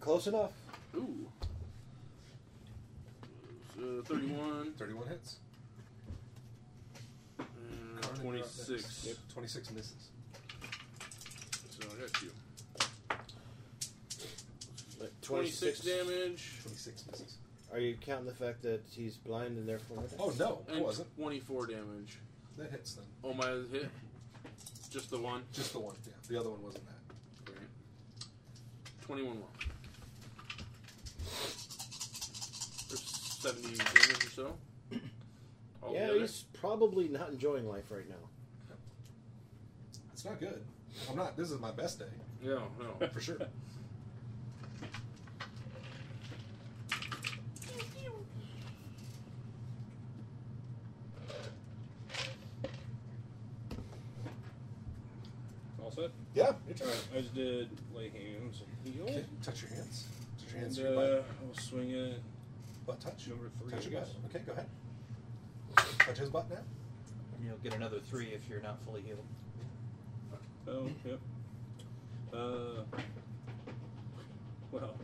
Speaker 11: Close enough.
Speaker 1: Ooh. Uh, 31.
Speaker 7: 31 hits.
Speaker 1: Uh,
Speaker 7: Carnage
Speaker 1: 26.
Speaker 7: Yep, 26 misses.
Speaker 1: So I got you.
Speaker 11: Like
Speaker 1: 26
Speaker 11: 26.
Speaker 1: damage.
Speaker 7: 26 misses.
Speaker 11: Are you counting the fact that he's blind and therefore?
Speaker 7: Oh, no, I
Speaker 1: And
Speaker 7: wasn't.
Speaker 1: 24 damage.
Speaker 7: That hits then.
Speaker 1: Oh, my other hit? Just the one?
Speaker 7: Just the one, yeah. The other one wasn't that.
Speaker 1: Okay. 21 roll. There's 70 damage or so. All
Speaker 11: Yeah,
Speaker 1: together.
Speaker 11: he's probably not enjoying life right now.
Speaker 7: It's not good. I'm not. This is my best day.
Speaker 1: Yeah, no.
Speaker 7: For sure.
Speaker 10: All set?
Speaker 7: Yeah.
Speaker 10: Alright, I just did lay hands and heal.
Speaker 7: Okay, touch your hands. Touch your hands.
Speaker 10: And
Speaker 7: to your butt.
Speaker 10: uh, I'll swing it.
Speaker 7: butt touch.
Speaker 10: number three,
Speaker 7: Touch
Speaker 10: I
Speaker 7: your butt.
Speaker 10: guess.
Speaker 7: Okay, go ahead. Touch his butt now.
Speaker 2: And you'll get another three if you're not fully healed.
Speaker 10: Oh, yep. Uh, well,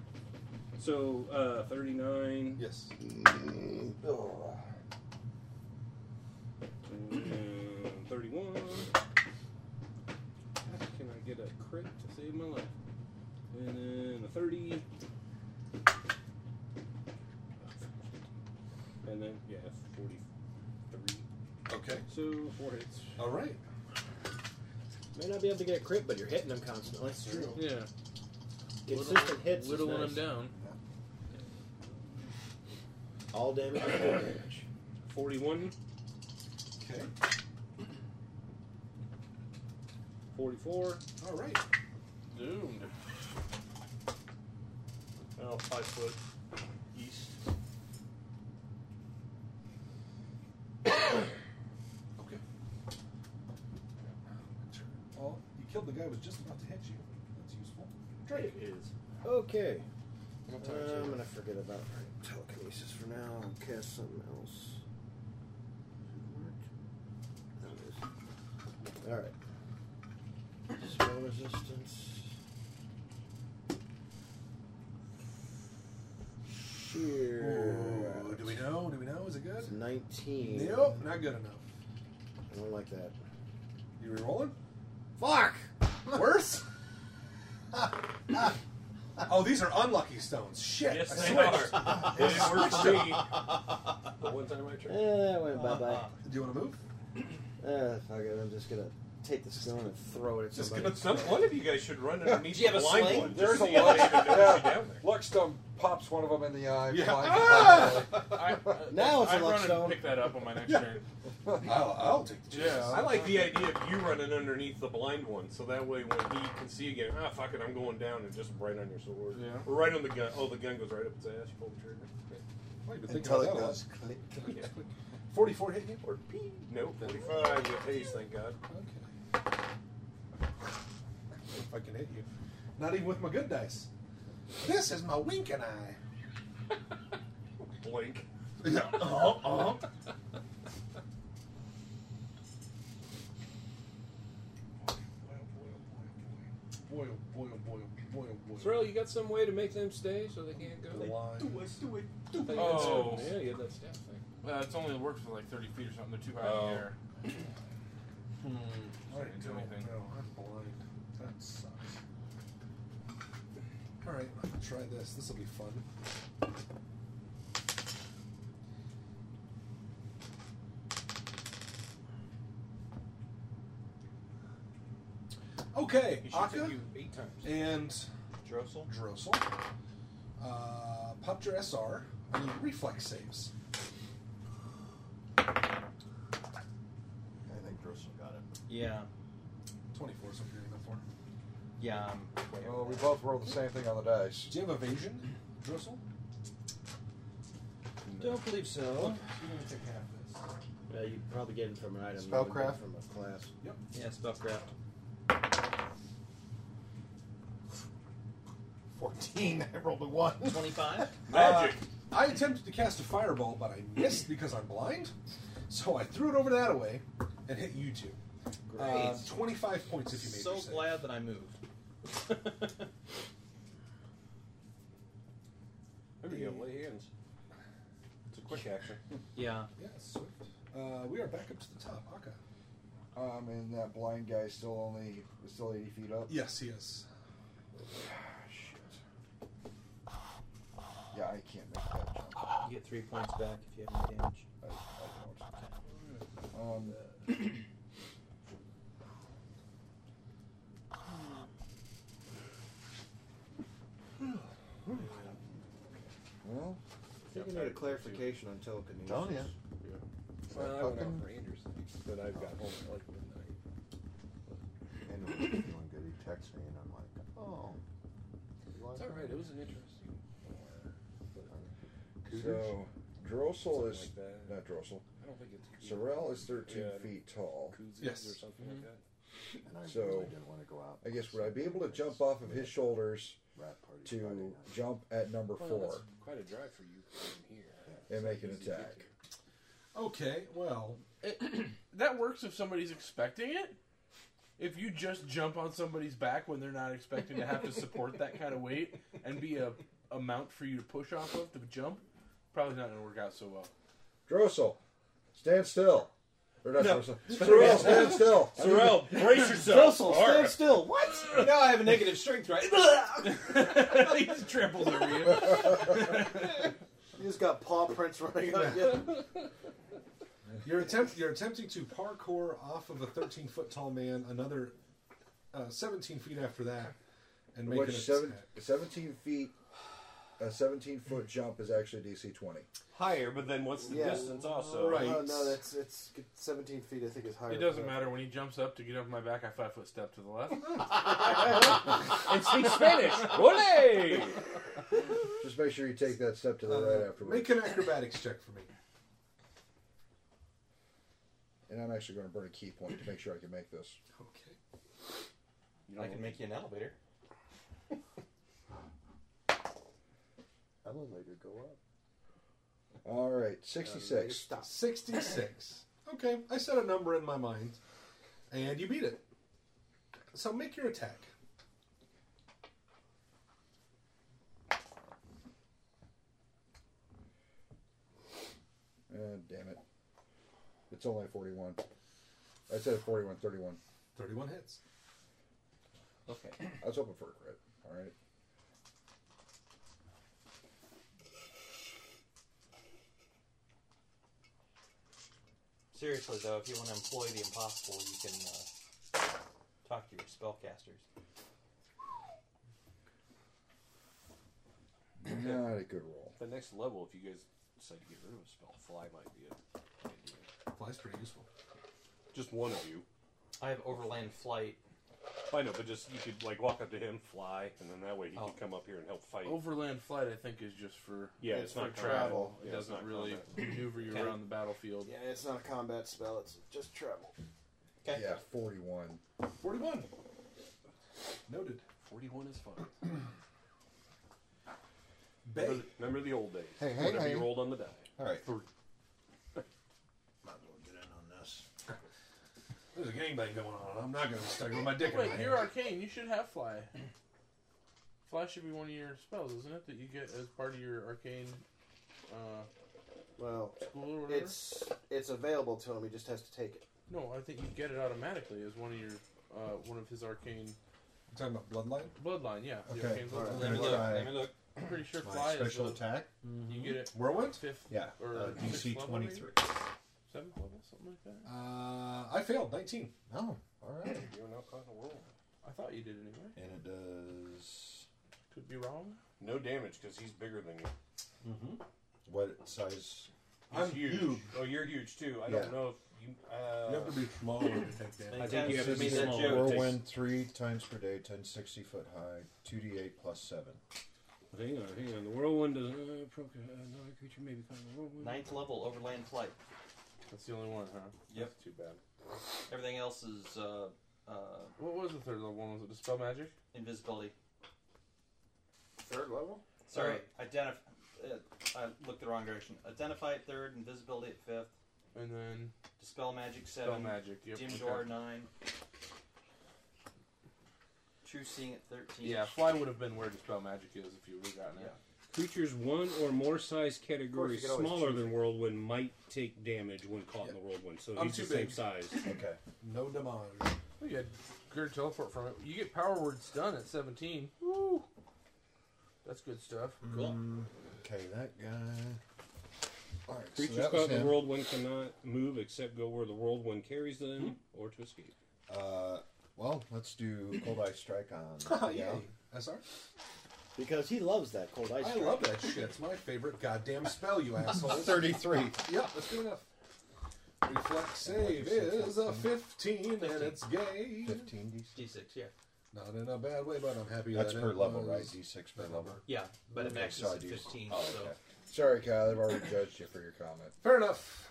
Speaker 10: so uh, 39.
Speaker 7: Yes. Mm,
Speaker 10: And 31. Can I get a crit to save my life? And then a 30. And then, yeah, 43.
Speaker 7: Okay.
Speaker 10: So, four hits.
Speaker 7: All right.
Speaker 11: May not be able to get a crit, but you're hitting him constantly.
Speaker 7: That's true.
Speaker 1: Yeah.
Speaker 11: Consistent hits. is
Speaker 1: Whittling
Speaker 11: nice.
Speaker 1: him down.
Speaker 11: All damage. is good damage.
Speaker 10: 41,
Speaker 7: Okay.
Speaker 10: 44.
Speaker 7: All right.
Speaker 1: Doomed.
Speaker 10: Oh, five foot east.
Speaker 7: Okay. Well, you killed the guy who was just about to hit you. That's useful. Drake.
Speaker 11: Okay. Uh, I'm gonna forget about telekinesis for now. I'll cast something else. Does it work? No, it isn't. All right. Spell resistance. Sheer.
Speaker 7: Ooh, Hmm. do we know? Do we know? Is it good?
Speaker 11: It's 19.
Speaker 7: Nope, not good enough.
Speaker 11: I don't like that.
Speaker 7: You re-rolling?
Speaker 11: Fuck!
Speaker 7: Worse? oh, these are unlucky stones. Shit.
Speaker 10: Yes,
Speaker 7: I
Speaker 10: they
Speaker 7: switched.
Speaker 10: are. They were free.
Speaker 7: The one time I
Speaker 11: Eh,
Speaker 7: tried.
Speaker 11: that went bye bye.
Speaker 7: Do you want to move?
Speaker 11: Uh, fuck it. I'm just gonna take the stone and throw it at
Speaker 7: Just
Speaker 11: somebody.
Speaker 4: Some,
Speaker 7: gonna-
Speaker 4: one of you guys should run underneath
Speaker 12: Do you
Speaker 4: the
Speaker 12: have a
Speaker 4: blind
Speaker 12: sling?
Speaker 4: one.
Speaker 12: There's
Speaker 4: just
Speaker 12: a
Speaker 4: see if
Speaker 12: lot.
Speaker 4: they even know she's down there.
Speaker 3: Luckstone pops one of them in the eye.
Speaker 7: Yeah.
Speaker 3: Flies
Speaker 7: Ah!
Speaker 3: away.
Speaker 4: I,
Speaker 11: Now it's a
Speaker 4: I run
Speaker 11: luckstone.
Speaker 4: and pick that up on my next
Speaker 7: Yeah.
Speaker 4: turn.
Speaker 7: I'll, I'll take the
Speaker 4: Yeah, I like the idea of you running underneath the blind one, so that way when he can see again, ah, fuck it, I'm going down, and just right on your sword.
Speaker 1: Yeah.
Speaker 4: Or right on the gun. Oh, the gun goes right up its ass. You pull the trigger.
Speaker 3: Until it goes click.
Speaker 4: Yeah.
Speaker 7: 44 hit you?
Speaker 4: Or pee. No, 45 with haste, thank God.
Speaker 7: Okay. If I can hit you. Not even with my good dice. This is my winking eye.
Speaker 4: Blink.
Speaker 7: Yeah. Uh-huh, uh-huh. Boy, oh boy, oh boy, oh boy, oh boy.
Speaker 10: Thrill, you got some way to make them stay so they can't
Speaker 7: The
Speaker 10: go?
Speaker 7: lines.
Speaker 4: do it.
Speaker 10: Oh.
Speaker 4: Oh.
Speaker 10: Yeah, you had that staff thing.
Speaker 4: Uh, it's only worked for like 30 feet or something. They're too high in
Speaker 10: Oh.
Speaker 4: the air.
Speaker 7: I
Speaker 4: Didn't do
Speaker 7: don't
Speaker 4: anything.
Speaker 7: know. I'm blind. That sucks. All right, I'll try this. This will be fun. Okay,
Speaker 4: He shoots
Speaker 7: Akka
Speaker 4: at you eight times.
Speaker 7: and
Speaker 12: Drossel.
Speaker 7: Drossel. Uh, popped your SR. I need reflex saves.
Speaker 2: Yeah.
Speaker 7: 24 is what you're aiming for.
Speaker 13: Yeah,
Speaker 2: um,
Speaker 13: I'm way
Speaker 3: Well, we both rolled the same thing on the dice.
Speaker 7: Do you have evasion, Drizzle?
Speaker 11: Don't believe so.
Speaker 7: You didn't take half this.
Speaker 11: Uh, you probably get it from an item.
Speaker 3: Spellcraft?
Speaker 11: you would get from a class.
Speaker 7: Yep.
Speaker 13: Yeah, spellcraft.
Speaker 3: 14. I rolled a 1.
Speaker 13: 25?
Speaker 7: Magic. I attempted to cast a fireball, but I missed because I'm blind. So I threw it over that away and hit you two. Uh,
Speaker 13: Great.
Speaker 7: 25 points if you made
Speaker 13: so
Speaker 7: your save.
Speaker 13: glad that I moved.
Speaker 14: Maybe you have lay hands. It's a quick action.
Speaker 13: Yeah.
Speaker 7: Yeah, swift. Uh, we are back up to the top. Aka.
Speaker 3: Um, and that blind guy is still only is still 80 feet up.
Speaker 7: Yes, he is.
Speaker 3: Yeah, I can't make that jump.
Speaker 13: You get three points back if you have any damage.
Speaker 3: I, I don't. Um, well,
Speaker 11: I think I need a clarification on telekinesis.
Speaker 3: Don't ya?
Speaker 10: Well, I went out
Speaker 3: Fucking-
Speaker 10: for Anderson, but I got home at like midnight.
Speaker 8: And it was feeling good. He texted me, and I'm like, oh.
Speaker 10: It's all right. It was an interesting.
Speaker 3: so Drossel is
Speaker 10: Something like that.
Speaker 3: not Drossel.
Speaker 10: I don't think it's.
Speaker 3: Sorrel is 13
Speaker 10: Yeah,
Speaker 3: feet tall.
Speaker 10: Kuzis Or something
Speaker 7: Mhm.
Speaker 10: like that.
Speaker 8: And I
Speaker 3: So,
Speaker 8: really didn't want to go out.
Speaker 3: I guess would I be able to jump off of his shoulders
Speaker 8: Rat party Friday
Speaker 3: to
Speaker 8: night.
Speaker 3: jump at number
Speaker 10: Well,
Speaker 3: four
Speaker 10: that's quite a drive for you from here.
Speaker 3: and make an
Speaker 10: Easy to get
Speaker 3: attack?
Speaker 7: Okay, well,
Speaker 1: that works if somebody's expecting it. If you just jump on somebody's back when they're not expecting to have to support that kind of weight and be a, a mount for you to push off of to jump, probably not going to work out so well.
Speaker 3: Drossel, stand still. Or not
Speaker 1: No.
Speaker 3: Drossel. Sorrel, stand still.
Speaker 14: Sorrel, brace yourself. Drossel, stand Alright.
Speaker 13: still. What?
Speaker 2: now I have a negative strength, right?
Speaker 1: he just trampled over you.
Speaker 11: You just got paw prints running on you.
Speaker 7: you're, attempt- you're attempting to parkour off of a 13 foot tall man, another uh, 17 feet after that, and make
Speaker 3: Which
Speaker 7: an
Speaker 3: seven,
Speaker 7: attack.
Speaker 3: 17 feet, a 17 foot jump is actually DC 20.
Speaker 14: Higher, but then what's the
Speaker 11: Yeah.
Speaker 14: distance also?
Speaker 7: Right.
Speaker 11: Oh, no, that's it's 17 feet. I think is higher.
Speaker 1: It doesn't matter when he jumps up to get off my back. I five foot step to the left.
Speaker 14: And speak Spanish. Ole!
Speaker 3: Just make sure you take that step to the right afterwards.
Speaker 7: Uh, Make an acrobatics check for me.
Speaker 3: and I'm actually going to burn a key point to make sure I can make this.
Speaker 7: Okay.
Speaker 2: I can make you an elevator.
Speaker 8: Elevator go up.
Speaker 3: All right, 66.
Speaker 7: 66. Okay, I set a number in my mind, and you beat it. So make your attack.
Speaker 3: Uh, damn it. It's only 41. I said 41, 31.
Speaker 7: 31 hits.
Speaker 13: Okay.
Speaker 3: I was hoping for a crit. All right.
Speaker 2: Seriously though, if you want to employ the impossible, you can uh, talk to your spellcasters.
Speaker 3: Not a good roll.
Speaker 10: The next level, if you guys decide to get rid of a spell, fly might be a idea.
Speaker 7: Fly's pretty useful.
Speaker 14: Just one of you.
Speaker 2: I have overland flight.
Speaker 14: I know, but just you could like walk up to him, fly, and then that way he
Speaker 2: Oh.
Speaker 14: could come up here and help fight.
Speaker 1: Overland flight, I think, is just for
Speaker 14: Yeah,
Speaker 1: it's
Speaker 14: it's not
Speaker 1: for travel.
Speaker 14: combat.
Speaker 1: It
Speaker 14: Yeah, it's
Speaker 1: doesn't
Speaker 14: not
Speaker 1: really maneuver you
Speaker 2: Okay.
Speaker 1: around the battlefield.
Speaker 11: Yeah, it's not a combat spell. It's just travel.
Speaker 2: Okay.
Speaker 3: Yeah, 41.
Speaker 7: 41. Noted.
Speaker 10: Forty-one is fine.
Speaker 7: Bay.
Speaker 14: Remember, the- remember the old days.
Speaker 8: Hey, hey,
Speaker 14: Whatever
Speaker 8: hey.
Speaker 14: you rolled on the die.
Speaker 8: All right.
Speaker 14: Three.
Speaker 7: Might as well get in on this. There's a gangbang going on. I'm not going to stick with my dick in my
Speaker 1: Wait,
Speaker 7: hand.
Speaker 1: you're arcane. You should have fly. Fly should be one of your spells, isn't it? That you get as part of your arcane uh,
Speaker 11: Well,
Speaker 1: school or whatever.
Speaker 11: it's it's available to him. He just has to take it.
Speaker 1: No, I think you get it automatically as one of your uh, one of his arcane
Speaker 7: You talking about bloodline?
Speaker 1: bloodline. Yeah, the
Speaker 7: Okay,
Speaker 1: arcane
Speaker 7: all right,
Speaker 1: bloodline.
Speaker 7: I'm gonna try
Speaker 1: Let me look. I'm pretty sure
Speaker 8: My
Speaker 1: fly is
Speaker 8: special
Speaker 1: the,
Speaker 8: attack?
Speaker 1: you get it
Speaker 7: Whirlwind?
Speaker 1: fifth
Speaker 8: Yeah.
Speaker 1: or
Speaker 8: uh,
Speaker 1: sixth
Speaker 8: DC
Speaker 1: level maybe?
Speaker 8: 23.
Speaker 1: seventh level something like that.
Speaker 7: Uh, I failed. 19.
Speaker 8: Oh, all right.
Speaker 14: You're now caught in a whirlwind.
Speaker 1: I thought you did anyway.
Speaker 15: And it does.
Speaker 1: Could be wrong.
Speaker 14: No damage because he's bigger than you.
Speaker 15: What size?
Speaker 14: He's
Speaker 7: I'm huge.
Speaker 14: Oh, you're huge too. I
Speaker 15: Yeah.
Speaker 14: don't know if
Speaker 3: You, uh,
Speaker 7: You have to be smaller to take damage.
Speaker 3: I think you have to be
Speaker 8: Six-
Speaker 3: smaller.
Speaker 8: Whirlwind three times per day, 1060 foot high, 2d8 plus 7.
Speaker 3: Hang on, hang on. The whirlwind doesn't. Uh, pro- uh, another creature may become a whirlwind.
Speaker 2: Ninth level overland flight.
Speaker 3: That's the only one, huh?
Speaker 2: Yep.
Speaker 3: That's too bad.
Speaker 2: Everything else is. Uh, uh,
Speaker 1: what was the third level one? Was it dispel magic?
Speaker 2: Invisibility.
Speaker 16: Third level?
Speaker 2: Sorry, identify. Uh, I looked the wrong direction. Identify at third, invisibility at fifth,
Speaker 1: and then
Speaker 2: dispel magic
Speaker 1: Dispel
Speaker 2: seven,
Speaker 1: magic, yep,
Speaker 2: dim
Speaker 1: okay.
Speaker 2: door nine, true seeing at thirteen.
Speaker 1: Yeah, fly would have been where dispel magic is if you would have gotten it.
Speaker 10: Creatures one or more size category
Speaker 1: Of course, you can always
Speaker 10: smaller
Speaker 1: choose
Speaker 10: than whirlwind might take damage when caught in the whirlwind, so
Speaker 1: I'm
Speaker 10: he's the
Speaker 1: too
Speaker 10: same
Speaker 1: big.
Speaker 10: size.
Speaker 8: Okay.
Speaker 7: No damage.
Speaker 1: Oh, you had good teleport from it. You get power words done at seventeen. Woo! That's good stuff.
Speaker 8: Okay, that guy. Alright, so
Speaker 10: Creatures
Speaker 8: that was
Speaker 10: caught in the
Speaker 8: him.
Speaker 10: whirlwind cannot move except go where the whirlwind carries them or to escape.
Speaker 8: Uh, well, let's do Cold Ice Strike on.
Speaker 7: yeah.
Speaker 8: SR?
Speaker 11: Because he loves that cold ice.
Speaker 7: I
Speaker 11: strike.
Speaker 7: love that shit. It's my favorite goddamn spell, you assholes.
Speaker 8: 33.
Speaker 7: Yep, that's good enough. Reflex save is a 15, and it's gay.
Speaker 8: 15
Speaker 2: D6, yeah.
Speaker 7: Not in a bad way, but I'm happy
Speaker 8: That's
Speaker 7: that
Speaker 8: per
Speaker 7: it
Speaker 8: level,
Speaker 7: was
Speaker 8: right? D6 per level.
Speaker 2: Yeah, but it
Speaker 8: Okay,
Speaker 2: maxes
Speaker 8: so I
Speaker 2: at
Speaker 8: do-
Speaker 2: 15,
Speaker 8: oh,
Speaker 2: so-
Speaker 8: okay. Sorry, Kyle, I've already judged you for your comment.
Speaker 7: Fair enough.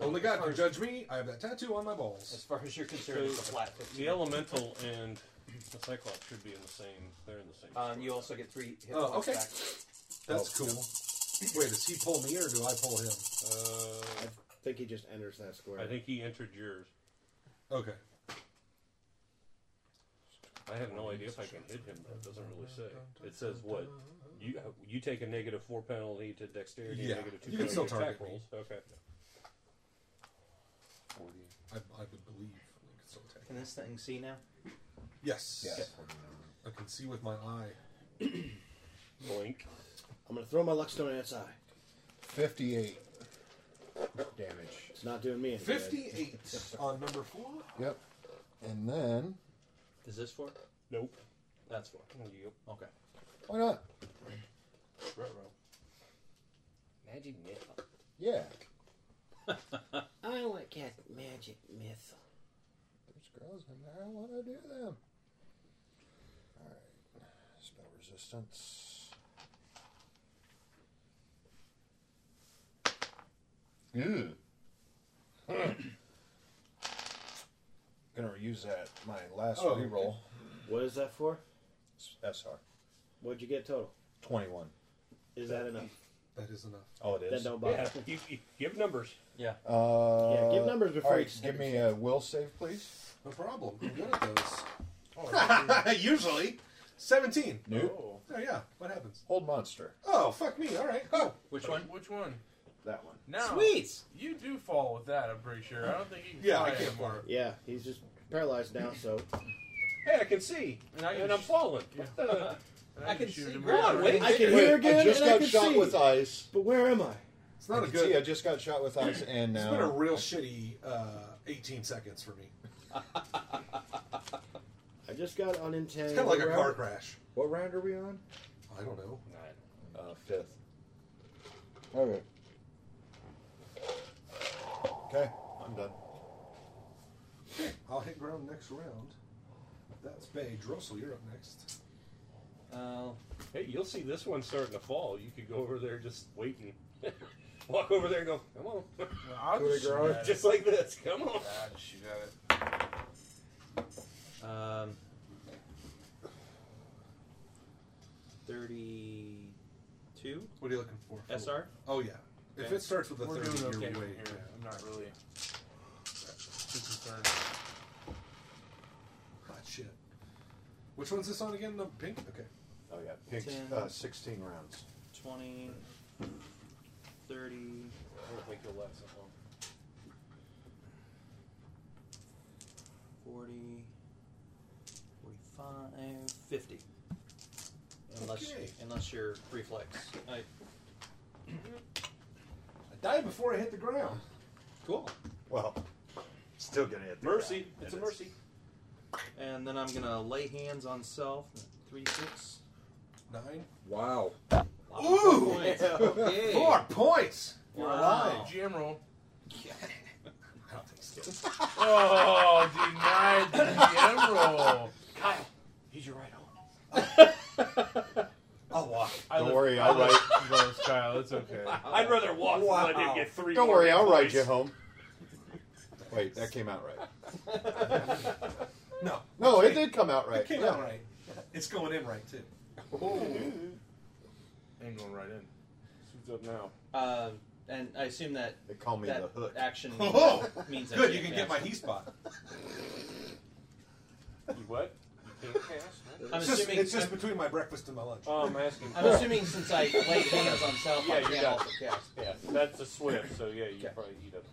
Speaker 7: Only God can judge me. I have that tattoo on my balls.
Speaker 2: As far as you're
Speaker 10: The elemental and the cyclops should be in the same. They're in the same.
Speaker 2: Um, you also get three hit
Speaker 7: Oh,
Speaker 2: points
Speaker 7: okay.
Speaker 2: back.
Speaker 8: oh,
Speaker 7: That's cool. Wait, does he pull me or do I pull him?
Speaker 10: Uh,
Speaker 11: I think he just enters that square.
Speaker 10: I think he entered yours.
Speaker 7: Okay.
Speaker 10: I have no idea if I can hit him, but it doesn't really say. It says what you you take a negative four penalty to dexterity,
Speaker 7: Yeah,
Speaker 10: and negative two
Speaker 7: you can
Speaker 10: penalty
Speaker 7: still
Speaker 10: to attack
Speaker 7: target me.
Speaker 10: rolls. Okay.
Speaker 7: I, I would believe. we could still take it.
Speaker 2: Can this thing see now?
Speaker 7: Yes.
Speaker 2: Yes.
Speaker 7: I can see with my eye.
Speaker 10: Blink.
Speaker 11: I'm gonna throw my luck stone at its eye.
Speaker 8: 58 damage.
Speaker 11: It's not doing me any good.
Speaker 7: 58 on number four?
Speaker 8: Yep. And then.
Speaker 2: Is this for?
Speaker 10: Nope.
Speaker 2: That's for.
Speaker 10: Yep.
Speaker 2: Okay.
Speaker 8: Why not?
Speaker 10: Magic myth.
Speaker 8: Yeah.
Speaker 11: I like cat magic myth.
Speaker 8: There's girls in there. I want to do them. Alright. Spell resistance. Ew. Gonna reuse that my last
Speaker 11: Oh, okay.
Speaker 8: reroll.
Speaker 11: What is that for?
Speaker 8: SR.
Speaker 11: What'd you get total?
Speaker 8: 21.
Speaker 11: Is that enough?
Speaker 7: That is enough.
Speaker 8: Oh, it is?
Speaker 11: Then don't bother.
Speaker 10: Yeah, you, you give numbers.
Speaker 2: Yeah.
Speaker 8: Uh,
Speaker 11: Yeah, give numbers before
Speaker 8: alright,
Speaker 11: you say
Speaker 8: Give me a will save, please.
Speaker 7: No problem. I'm good at those. Usually. 17.
Speaker 8: Nope.
Speaker 7: Oh, yeah. What happens?
Speaker 8: Old monster.
Speaker 7: Oh, fuck me. All right. Oh.
Speaker 2: Which one?
Speaker 1: Which one?
Speaker 8: That one.
Speaker 1: No.
Speaker 11: Sweet!
Speaker 1: You do fall with that. I'm pretty sure. I don't think you can.
Speaker 11: Yeah,
Speaker 1: fly
Speaker 11: I can't
Speaker 1: anymore.
Speaker 11: Yeah, he's just paralyzed now, so.
Speaker 10: Hey, I can see,
Speaker 1: and, I
Speaker 10: am falling.
Speaker 1: I can shoot him.
Speaker 11: Come on, wait, I can
Speaker 8: Wait,
Speaker 11: hear again.
Speaker 8: I just
Speaker 11: and
Speaker 8: got
Speaker 11: I can
Speaker 8: shot
Speaker 11: see.
Speaker 8: with ice.
Speaker 11: But where am I?
Speaker 7: It's not
Speaker 8: I
Speaker 7: a
Speaker 8: can
Speaker 7: good.
Speaker 8: See, I just got shot with ice, and now
Speaker 7: It's been a real shitty uh, 18 seconds for me.
Speaker 11: I just got unintended.
Speaker 7: It's kind of like a car crash.
Speaker 8: What round are we on?
Speaker 7: I don't know.
Speaker 8: Uh, fifth. Okay. Okay, I'm done.
Speaker 7: I'll hit ground next round. That's Bay. Drossel, you're up next.
Speaker 2: Oh.
Speaker 10: Hey, you'll see this one starting to fall. You could go over there, just wait and walk over there and go, come on.
Speaker 1: I'll
Speaker 10: Coup de
Speaker 1: just shoot
Speaker 10: grace.
Speaker 1: at it.
Speaker 10: Just like this, come on.
Speaker 1: I'll just shoot at it.
Speaker 2: Um,
Speaker 17: 32?
Speaker 7: What are you looking for?
Speaker 2: SR?
Speaker 7: Oh, yeah. If
Speaker 1: Okay.
Speaker 7: it starts with a
Speaker 1: We're
Speaker 7: 30,
Speaker 1: doing
Speaker 7: you're
Speaker 1: okay
Speaker 7: way-
Speaker 1: here.
Speaker 7: yeah.
Speaker 1: I'm not really too concerned.
Speaker 7: Hot Ah, shit. Which one's this on again? The pink? Okay.
Speaker 8: Oh, yeah. Pink,
Speaker 2: Ten.
Speaker 8: uh, 16 rounds.
Speaker 2: 20, 30.
Speaker 10: I don't think you'll last that long.
Speaker 2: 40, 45, 50. Unless,
Speaker 7: Okay.
Speaker 2: unless you're reflex. I,
Speaker 7: I died before I hit the ground.
Speaker 2: cool.
Speaker 8: Well, still gonna hit
Speaker 10: Mercy. It's a mercy.
Speaker 2: And then I'm going to lay hands on self. 3, 6.
Speaker 7: Nine.
Speaker 8: Wow.
Speaker 2: Ooh! Okay.
Speaker 7: Four points!
Speaker 2: You're Wow. alive.
Speaker 1: Jam roll.
Speaker 7: cutting skill.
Speaker 1: Oh, denied the DM roll.
Speaker 2: Kyle, he's your right
Speaker 1: I'll walk.
Speaker 8: Don't worry, I'll
Speaker 1: live
Speaker 8: write-
Speaker 1: close, Kyle. It's okay.
Speaker 8: I'd rather
Speaker 2: walk than let him get three
Speaker 8: Don't
Speaker 2: more
Speaker 8: worry, I'll ride
Speaker 2: points.
Speaker 8: you home. Wait, that came out right.
Speaker 7: No.
Speaker 8: No, it did come out right.
Speaker 7: It came
Speaker 8: Yeah.
Speaker 7: out right. It's going in right too.
Speaker 18: I'm going right in. Who's up now?
Speaker 2: Uh, and I assume that
Speaker 8: they call me
Speaker 2: that
Speaker 8: the hook.
Speaker 2: Action
Speaker 7: Oh,
Speaker 2: means I
Speaker 7: good.
Speaker 2: can't
Speaker 7: You can get my
Speaker 2: cast.
Speaker 7: he spot.
Speaker 18: You what? You can't cast?
Speaker 2: I'm
Speaker 7: it's just,
Speaker 2: assuming-
Speaker 7: it's just
Speaker 2: I'm-
Speaker 7: between my breakfast and my lunch.
Speaker 18: Oh, I'm asking.
Speaker 2: I'm assuming since I laid hands on South,
Speaker 18: yeah,
Speaker 2: I
Speaker 18: you
Speaker 2: can't
Speaker 18: got-
Speaker 2: also cast.
Speaker 18: Yeah, that's a swift, so yeah, you probably eat it.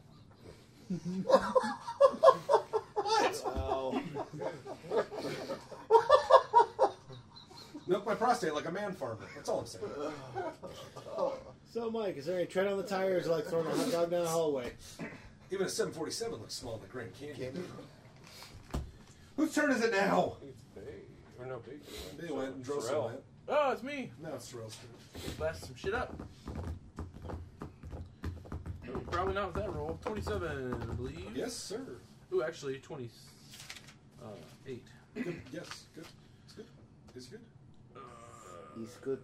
Speaker 7: What? Milk my prostate like a man farmer. That's all I'm saying.
Speaker 11: So, Mike, is there any tread on the tires like throwing a hot dog down a hallway?
Speaker 7: Even a 747 looks small in the Grand Canyon. Whose turn is it now?
Speaker 18: It's big. Or no, big.
Speaker 7: They went and Drossel
Speaker 18: Sorrel.
Speaker 7: went.
Speaker 1: Oh, it's me.
Speaker 7: No, it's Terrell's turn.
Speaker 1: Blast some shit up. Probably not with that roll. 27, I believe.
Speaker 7: Yes, sir.
Speaker 1: Ooh, actually, 28. Uh, eight.
Speaker 7: Good. Yes, good. It's good. It's good.
Speaker 3: He's good.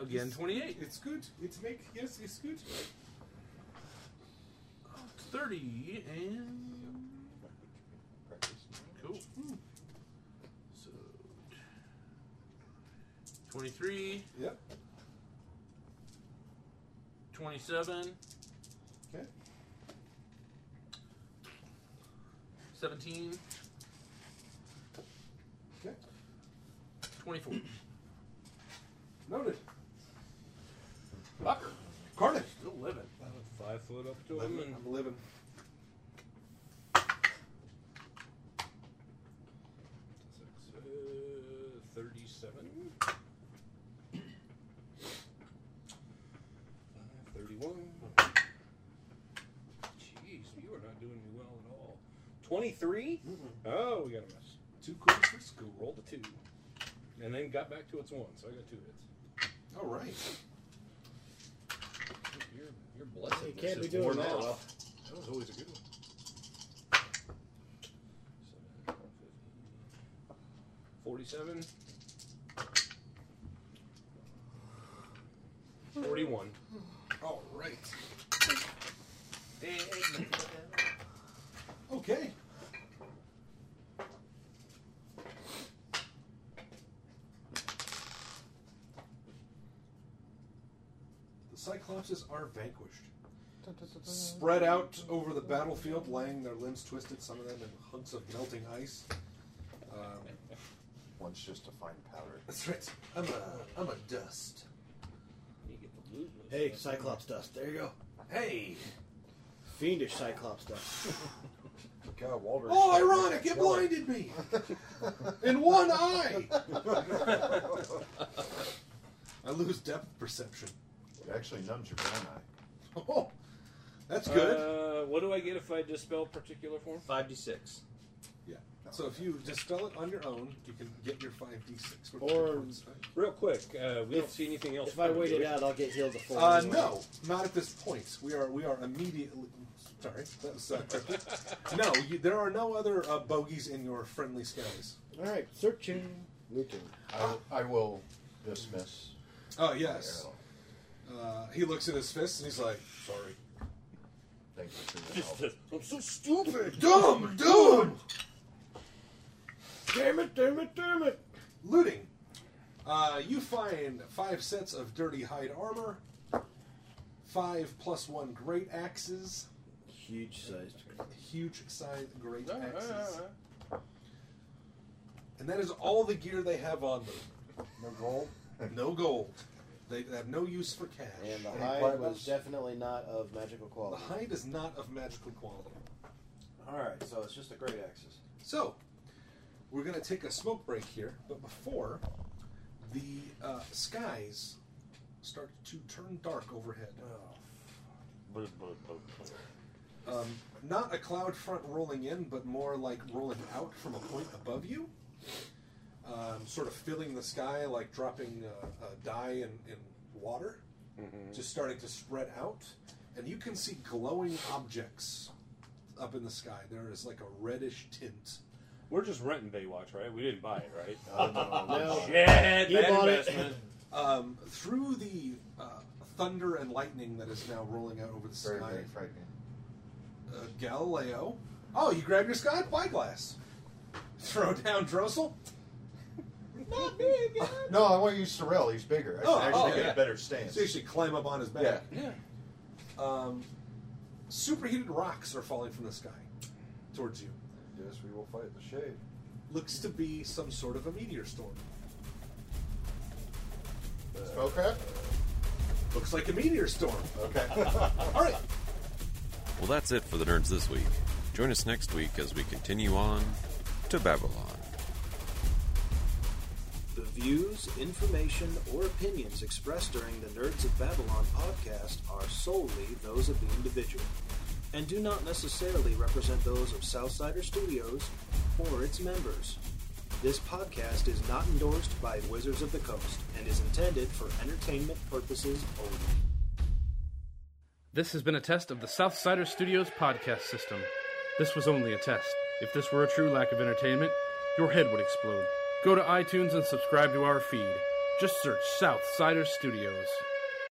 Speaker 1: Again, 28.
Speaker 7: It's good. It's make. Yes, it's good.
Speaker 1: 30 and. Cool. So. 23.
Speaker 7: Yep.
Speaker 1: 27.
Speaker 7: Okay.
Speaker 1: 17.
Speaker 7: Okay.
Speaker 1: 24.
Speaker 7: Noted.
Speaker 1: Fucker.
Speaker 7: Cardiff.
Speaker 1: Still living.
Speaker 10: Five foot up to him.
Speaker 7: Living. I'm living.
Speaker 10: Uh, 37. 31. Jeez, you are not doing me well at all. 23? Oh, we got a mess.
Speaker 7: Two quick for school.
Speaker 10: Rolled a two. And then got back to its one, so I got two hits.
Speaker 7: All right.
Speaker 10: Your, your blessing
Speaker 11: You can't
Speaker 10: is
Speaker 11: be doing
Speaker 10: worn
Speaker 11: that
Speaker 10: off.
Speaker 11: well.
Speaker 10: That was always a good one. Forty-seven. Forty-one.
Speaker 7: All right. Okay. The Cyclopses are vanquished. Spread out over the battlefield, laying their limbs twisted, some of them in hunks of melting ice. Um,
Speaker 3: One's just a fine powder.
Speaker 7: that's right. I'm a, I'm a dust.
Speaker 11: Hey, Cyclops dust. There you go.
Speaker 7: Hey!
Speaker 11: Fiendish Cyclops dust.
Speaker 3: God, Walter.
Speaker 7: Oh, ironic! It blinded me! In one eye! I lose depth perception.
Speaker 3: It actually numbs your brown eye.
Speaker 7: Oh, that's good.
Speaker 10: Uh, what do I get if I dispel particular form?
Speaker 19: 5d6.
Speaker 7: yeah. So if you dispel it on your own, you can get your 5d6. for
Speaker 11: Or-
Speaker 7: the points, right?
Speaker 10: Real quick, uh, we don't see anything else.
Speaker 11: If I
Speaker 10: coming,
Speaker 11: wait
Speaker 10: do
Speaker 11: it
Speaker 10: we?
Speaker 11: out, I'll get healed to full.
Speaker 7: Uh,
Speaker 11: anyway.
Speaker 7: no, not at this point. We are we are immediately. Sorry, that was uh, tricky. no, you, there are no other uh, bogeys in your friendly scallies.
Speaker 11: All right, searching. Looking.
Speaker 8: I, I will dismiss.
Speaker 7: Oh
Speaker 8: the
Speaker 7: yes.
Speaker 8: arrow.
Speaker 7: Uh, he looks at his fist and he's like, "Sorry,
Speaker 8: Thank you for your help.
Speaker 10: I'm so stupid.
Speaker 7: dumb, dumb,
Speaker 11: Damn it, damn it, damn it.
Speaker 7: looting." Uh, you find five sets of dirty hide armor, five plus one great axes,
Speaker 11: Huge sized.
Speaker 7: huge sized
Speaker 11: Ah,
Speaker 7: great
Speaker 1: Alright,
Speaker 7: axes,
Speaker 1: alright, alright.
Speaker 7: and that is all the gear they have on them.
Speaker 3: No gold.
Speaker 7: No gold. They have no use for cash.
Speaker 11: And the
Speaker 3: Any
Speaker 11: hide was
Speaker 3: platinums?
Speaker 11: definitely not of magical
Speaker 7: The
Speaker 11: quality.
Speaker 7: hide is not of magical quality.
Speaker 3: All right, so it's just a great axis.
Speaker 7: So, we're going to take a smoke break here, but before, the uh, skies start to turn dark overhead. Um, not a cloud front rolling in, but more like rolling out from a point above you, um, sort of filling the sky like dropping uh, a dye in, in water, just starting to spread out. And you can see glowing objects up in the sky. There is like a reddish tint.
Speaker 10: We're just renting Baywatch, right? We didn't buy it, right?
Speaker 7: Shit,
Speaker 10: Shit,
Speaker 7: bad
Speaker 10: bad
Speaker 7: investment. Um, through the uh, thunder and lightning that is now rolling out over the
Speaker 3: Very,
Speaker 7: sky,
Speaker 3: very frightening.
Speaker 7: uh, Galileo. Oh, you grab your sky spyglass. Throw down Drossel. Not me again.
Speaker 3: No, I want to use Sorrel. He's bigger. I can actually get
Speaker 7: yeah.
Speaker 3: a better stance.
Speaker 7: So you should climb up on his back. Yeah. Um, superheated rocks are falling from the sky towards you.
Speaker 3: Yes, we will fight the shade.
Speaker 7: Looks to be some sort of a meteor storm.
Speaker 3: Spellcraft?
Speaker 7: Looks like a meteor storm.
Speaker 3: Okay.
Speaker 7: All right.
Speaker 20: Well, that's it for the nerds this week. Join us next week as we continue on to Babylon.
Speaker 11: The views, information, or opinions expressed during the Nerds of Babylon podcast are solely those of the individual and do not necessarily represent those of Southsider Studios or its members. This podcast is not endorsed by Wizards of the Coast and is intended for entertainment purposes only.
Speaker 4: This has been a test of the Southsider Studios podcast system. This was only a test. If this were a true lack of entertainment, your head would explode. Go to iTunes and subscribe to our feed. Just search Southsider Studios.